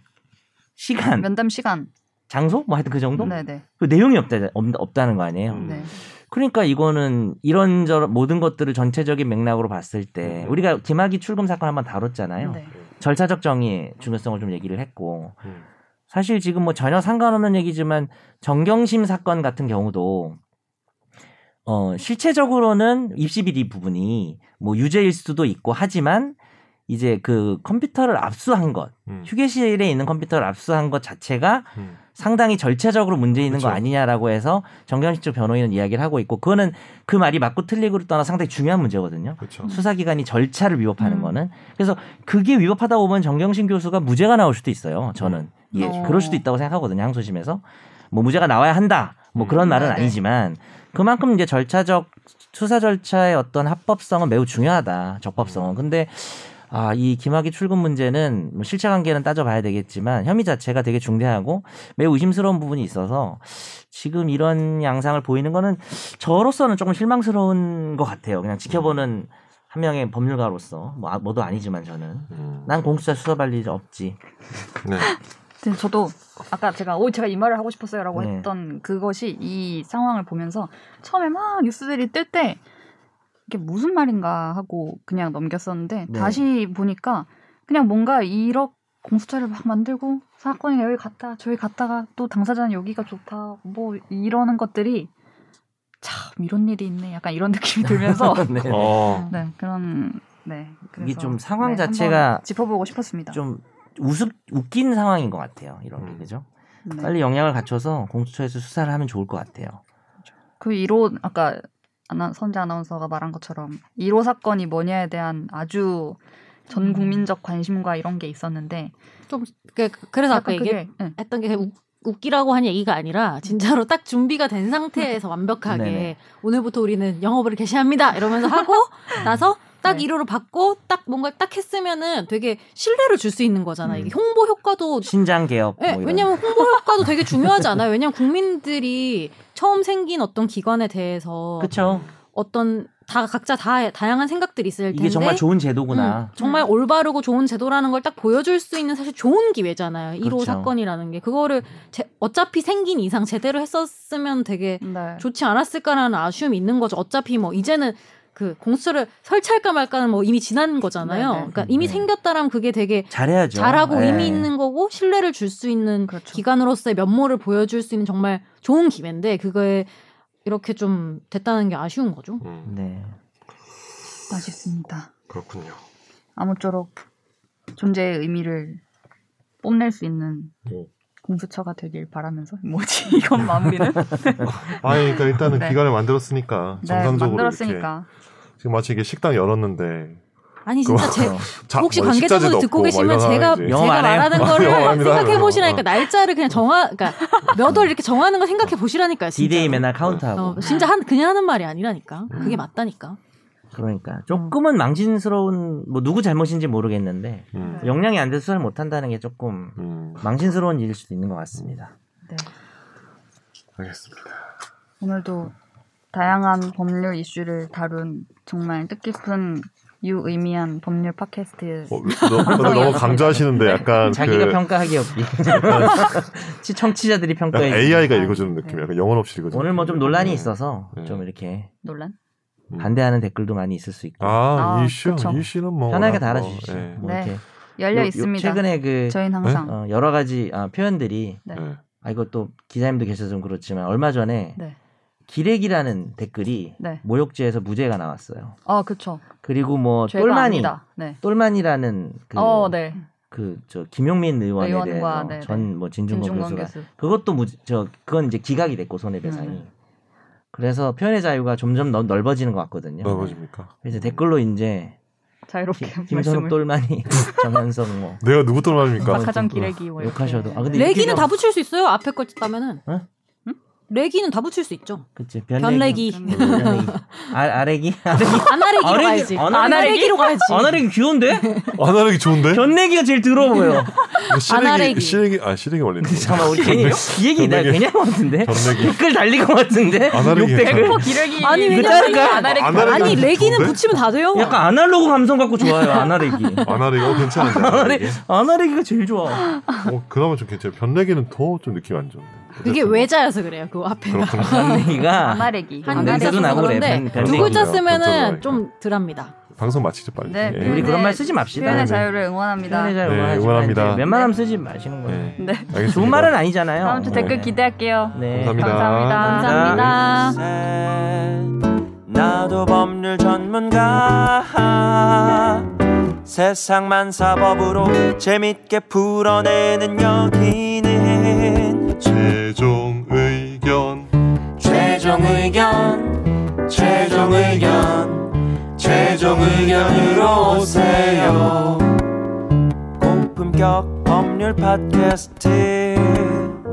Speaker 3: 시간,
Speaker 1: 면담 시간.
Speaker 3: 장소 뭐 하여튼 그 정도.
Speaker 1: 네네.
Speaker 3: 그 내용이 없다 없, 없다는 거 아니에요.
Speaker 2: 음.
Speaker 1: 네.
Speaker 3: 그러니까 이거는 이런저런 모든 것들을 전체적인 맥락으로 봤을 때
Speaker 2: 음.
Speaker 3: 우리가 김학의 출금 사건 한번 다뤘잖아요.
Speaker 1: 네.
Speaker 3: 절차적 정의의 중요성을 좀 얘기를 했고
Speaker 2: 음.
Speaker 3: 사실 지금 뭐 전혀 상관없는 얘기지만 정경심 사건 같은 경우도 어 실체적으로는 입시비리 부분이 뭐 유죄일 수도 있고 하지만 이제 그 컴퓨터를 압수한 것
Speaker 2: 음.
Speaker 3: 휴게실에 있는 컴퓨터를 압수한 것 자체가
Speaker 2: 음.
Speaker 3: 상당히 절차적으로 문제 있는 거
Speaker 2: 그쵸.
Speaker 3: 아니냐라고 해서 정경심 측 변호인은 이야기를 하고 있고 그거는 그 말이 맞고 틀리고를 떠나 상당히 중요한 문제거든요.
Speaker 2: 그렇죠.
Speaker 3: 수사기관이 절차를 위법하는
Speaker 1: 음.
Speaker 3: 거는 그래서 그게 위법하다 보면 정경심 교수가 무죄가 나올 수도 있어요. 저는 예,
Speaker 1: 어.
Speaker 3: 그럴 수도 있다고 생각하거든요. 항소심에서 뭐 무죄가 나와야 한다 뭐 그런
Speaker 2: 음.
Speaker 3: 말은
Speaker 1: 네, 네.
Speaker 3: 아니지만 그만큼 이제 절차적 수사 절차의 어떤 합법성은 매우 중요하다.
Speaker 1: 음.
Speaker 3: 적법성은. 근데 아, 이 김학의 출근 문제는 뭐 실체 관계는 따져봐야 되겠지만 혐의 자체가 되게 중대하고 매우 의심스러운 부분이 있어서 지금 이런 양상을 보이는 거는 저로서는 조금 실망스러운 것 같아요. 그냥
Speaker 1: 음.
Speaker 3: 지켜보는 한 명의 법률가로서 뭐 아- 뭐도 아니지만 저는
Speaker 2: 음.
Speaker 3: 난 공수처 수사 발리 없지.
Speaker 2: 네.
Speaker 1: 근데 저도 아까 제가 오 제가 이 말을 하고 싶었어요라고
Speaker 3: 네.
Speaker 1: 했던 그것이 이 상황을 보면서 처음에 막 뉴스들이 뜰 때 이게 무슨 말인가 하고 그냥 넘겼었는데
Speaker 3: 네.
Speaker 1: 다시 보니까 그냥 뭔가 이렇게 공수처를 막 만들고 사건이 여기 갔다 저기 갔다가 또 당사자는 여기가 좋다 뭐 이러는 것들이 참 이런 일이 있네 약간 이런 느낌이 들면서
Speaker 3: 네.
Speaker 2: 어.
Speaker 1: 네 그런 네
Speaker 3: 이게
Speaker 1: 그래서 네,
Speaker 3: 좀 상황
Speaker 1: 한번
Speaker 3: 자체가
Speaker 1: 짚어보고 싶었습니다.
Speaker 3: 좀 우습 웃긴 상황인 것 같아요. 이런 게
Speaker 2: 음.
Speaker 3: 그죠?
Speaker 1: 네.
Speaker 3: 빨리 영향을 갖춰서 공수처에서 수사를 하면 좋을 것 같아요.
Speaker 1: 그 1호 아까 아나, 선재 아나운서가 말한 것처럼 1호 사건이 뭐냐에 대한 아주
Speaker 5: 음.
Speaker 1: 전 국민적 관심과 이런 게 있었는데
Speaker 5: 좀 그, 그래서 아까
Speaker 1: 약간
Speaker 5: 얘기
Speaker 1: 그게 네.
Speaker 5: 했던 게 그냥 웃- 웃기라고 한 얘기가 아니라 진짜로 딱 준비가 된 상태에서 완벽하게
Speaker 3: 네네.
Speaker 5: 오늘부터 우리는 영업을 개시합니다 이러면서 하고 나서 딱
Speaker 1: 네.
Speaker 5: 1호로 받고 딱 뭔가 딱 했으면은 되게 신뢰를 줄 수 있는 거잖아.
Speaker 3: 음.
Speaker 5: 이게 홍보 효과도
Speaker 3: 신장 개혁. 뭐
Speaker 5: 예,
Speaker 3: 이런.
Speaker 5: 왜냐면 홍보 효과도 되게 중요하지 않아요. 왜냐면 국민들이 처음 생긴 어떤 기관에 대해서
Speaker 3: 그쵸.
Speaker 5: 어떤 다 각자 다 다양한 생각들이 있을 텐데
Speaker 3: 이게 정말 좋은 제도구나.
Speaker 5: 음, 정말 올바르고 좋은 제도라는 걸 딱 보여줄 수 있는 사실 좋은 기회잖아요. 1호
Speaker 3: 그렇죠.
Speaker 5: 사건이라는 게 그거를 제- 어차피 생긴 이상 제대로 했었으면 되게
Speaker 1: 네.
Speaker 5: 좋지 않았을까라는 아쉬움이 있는 거죠. 어차피 뭐 이제는 그 공수처를 설치할까 말까는 뭐 이미 지난 거잖아요.
Speaker 1: 네, 네.
Speaker 5: 그러니까 이미
Speaker 3: 네.
Speaker 5: 생겼다라면 그게 되게
Speaker 3: 잘해야죠.
Speaker 5: 잘하고
Speaker 3: 예.
Speaker 5: 의미 있는 거고 신뢰를 줄 수 있는
Speaker 1: 그렇죠.
Speaker 5: 기관으로서의 면모를 보여줄 수 있는 정말 좋은 기회인데 그거에 이렇게 좀 됐다는 게 아쉬운 거죠.
Speaker 2: 음,
Speaker 3: 네.
Speaker 1: 아쉽습니다.
Speaker 2: 그렇군요.
Speaker 1: 아무쪼록 존재의 의미를 뽐낼 수 있는
Speaker 2: 오.
Speaker 1: 공수처가 되길 바라면서 뭐지 이건 마무리는
Speaker 2: 아, 그러니까 일단은
Speaker 1: 네.
Speaker 2: 기간을
Speaker 5: 네,
Speaker 2: 만들었으니까 정상적으로 이렇게
Speaker 1: 만들었으니까
Speaker 2: 지금 마치 이게 식당 열었는데
Speaker 5: 아니 진짜
Speaker 3: 그
Speaker 5: 제
Speaker 2: 자,
Speaker 5: 혹시
Speaker 2: 뭐
Speaker 5: 관계자분들
Speaker 2: 식자재도
Speaker 5: 듣고
Speaker 2: 없고 막
Speaker 5: 계시면
Speaker 2: 이런
Speaker 5: 제가
Speaker 2: 상황이지.
Speaker 3: 영업
Speaker 5: 제가
Speaker 3: 안 해요?
Speaker 5: 말하는
Speaker 2: 영업 안
Speaker 5: 거를
Speaker 2: 합니다.
Speaker 5: 생각해 보시라니까
Speaker 2: 어.
Speaker 5: 날짜를 그냥 정하 그러니까 몇 월 이렇게 정하는 거 생각해 보시라니까 진짜.
Speaker 3: 디데이 맨날 카운트하고.
Speaker 5: 어, 진짜 한 그냥 하는 말이 아니라니까. 그게 맞다니까. 음.
Speaker 3: 그러니까 조금은 망신스러운 뭐 누구 잘못인지 모르겠는데
Speaker 2: 음,
Speaker 3: 역량이 안 돼서 수사를 못한다는 게 조금
Speaker 2: 음,
Speaker 3: 망신스러운 일일 수도 있는 것 같습니다.
Speaker 1: 네.
Speaker 2: 알겠습니다.
Speaker 1: 오늘도 다양한 법률 이슈를 다룬 정말 뜻깊은 유의미한 법률 팟캐스트
Speaker 2: 어, 너, 근데 너무 강조하시는데 약간
Speaker 3: 자기가
Speaker 2: 그
Speaker 3: 평가하기 없기. 시- 청취자들이
Speaker 2: 약간
Speaker 3: 평가해. 주는.
Speaker 2: AI가 읽어주는 느낌이야. 약간 영혼 없이 읽어주는
Speaker 3: 오늘 뭐 좀 논란이
Speaker 2: 네.
Speaker 3: 있어서
Speaker 2: 네.
Speaker 3: 좀 이렇게
Speaker 1: 논란
Speaker 2: 음.
Speaker 3: 반대하는 댓글도 많이 있을 수 있고
Speaker 2: 아,
Speaker 1: 아,
Speaker 2: 이슈,
Speaker 1: 그쵸.
Speaker 2: 이슈는 뭐
Speaker 3: 편하게
Speaker 2: 워낙 뭐,
Speaker 3: 달아주시죠.
Speaker 2: 예.
Speaker 3: 뭐
Speaker 1: 네.
Speaker 3: 이렇게
Speaker 1: 열려
Speaker 3: 요- 요
Speaker 1: 있습니다.
Speaker 3: 최근에 그
Speaker 1: 저희는 항상
Speaker 3: 어, 여러 가지 아, 표현들이
Speaker 1: 네.
Speaker 2: 예.
Speaker 3: 아 이거 또 기자님도 계셔서 좀 그렇지만 얼마 전에
Speaker 1: 네.
Speaker 3: 기렉이라는 댓글이
Speaker 1: 네.
Speaker 3: 모욕죄에서 무죄가 나왔어요.
Speaker 1: 아 그쵸.
Speaker 3: 그리고 뭐
Speaker 1: 죄가
Speaker 3: 똘마니
Speaker 1: 아니다. 네.
Speaker 3: 똘만이라는 그,
Speaker 1: 어, 네.
Speaker 3: 그 저 김용민 의원에
Speaker 1: 의원과,
Speaker 3: 대해서
Speaker 1: 네,
Speaker 3: 전 뭐 진중권
Speaker 1: 김중건
Speaker 3: 교수가
Speaker 1: 교수.
Speaker 3: 그것도 무, 저 그건 이제 기각이 됐고 손해배상이
Speaker 1: 음.
Speaker 3: 그래서 표현의 자유가 점점 넓- 넓어지는 것 같거든요.
Speaker 2: 넓어집니까?
Speaker 3: 그래서 이제 댓글로 이제
Speaker 1: 자유롭게
Speaker 3: 김- 김선욱
Speaker 1: 말씀을.
Speaker 3: 똘만이 정현석 뭐
Speaker 2: 내가 누구 또 말입니까?
Speaker 1: 박하정 기레기 뭐 이렇게.
Speaker 3: 욕하셔도. 아, 근데 이-
Speaker 5: 레기는
Speaker 3: 이게
Speaker 5: 다 붙일 수 있어요. 앞에 걸 따면은.
Speaker 3: 어?
Speaker 1: 응?
Speaker 5: 레기는 다 붙일 수 있죠.
Speaker 3: 그치
Speaker 5: 변레기.
Speaker 3: 변레기. 아, 아래기 아래기
Speaker 5: 안나레기로
Speaker 3: 어레기-
Speaker 5: 가야지.
Speaker 3: 어나레기?
Speaker 5: 안나레기로 가야지.
Speaker 3: 아나레기 귀여운데
Speaker 2: 아나르기 좋은데? 그
Speaker 3: 변레기가 제일 더러워 보여.
Speaker 5: 아나르기.
Speaker 2: 시래기 시래기 아 시래기 원래
Speaker 3: 잠깐만 우리 괜히 이 얘기 나
Speaker 2: 변레기.
Speaker 3: 괜히 한것 같은데
Speaker 2: 변레기.
Speaker 3: 댓글 달린 것 같은데
Speaker 2: 아나르기
Speaker 3: 욕댓글
Speaker 2: 괜찮아.
Speaker 1: 기레기. 그
Speaker 5: 아니,
Speaker 3: 그 이거
Speaker 5: 왜냐면
Speaker 3: 자를까?
Speaker 1: 아나르기.
Speaker 2: 아나르기.
Speaker 5: 아니 레기는
Speaker 2: 좋은데?
Speaker 5: 붙이면 다
Speaker 2: 어.
Speaker 5: 돼요.
Speaker 3: 약간 아날로그 감성 갖고 좋아요 아나레기
Speaker 2: 아나르기 어 괜찮은데.
Speaker 3: 아나레기
Speaker 2: 아나르기.
Speaker 3: 아나레기가 제일 좋아
Speaker 2: 어 그나마 좀 괜찮아. 변레기는 더 좀 느낌 안 좋은데.
Speaker 5: 그게
Speaker 2: 어쨌든
Speaker 5: 외자여서 그래요. 그 앞에가.
Speaker 2: 그렇구나.
Speaker 3: 아나레기가
Speaker 1: 아나르기. 네,
Speaker 5: 한
Speaker 1: 아나르기.
Speaker 3: 냄새도 네. 나고 그래,
Speaker 5: 그런데
Speaker 3: 변-
Speaker 5: 두
Speaker 3: 변레기가.
Speaker 5: 글자
Speaker 2: 변자로
Speaker 5: 쓰면은
Speaker 2: 가니까.
Speaker 5: 좀 덜합니다.
Speaker 2: 방송 마치죠 빨리.
Speaker 1: 네,
Speaker 2: 예.
Speaker 1: 표현의-
Speaker 3: 우리 그런 말 쓰지 맙시다
Speaker 1: 표현의
Speaker 2: 네.
Speaker 1: 자유를 응원합니다.
Speaker 3: 편의자
Speaker 2: 네,
Speaker 3: 응원하지
Speaker 2: 응원합니다.
Speaker 3: 마. 이제 웬만하면 쓰지 마시는 거예요
Speaker 2: 네.
Speaker 1: 네.
Speaker 2: 알겠습니다.
Speaker 3: 좋은 말은 아니잖아요
Speaker 1: 다음 주 댓글
Speaker 3: 네.
Speaker 1: 기대할게요.
Speaker 3: 네.
Speaker 2: 감사합니다.
Speaker 1: 감사합니다.
Speaker 5: 감사합니다.
Speaker 6: 나도 법률 전문가 세상만 사법으로 재밌게 풀어내는 여기는
Speaker 2: 최종 의견.
Speaker 6: 최종 의견 최종 의견 최종 의견으로 오세요 고품격 법률 팟캐스트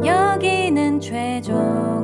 Speaker 5: 여기는 최종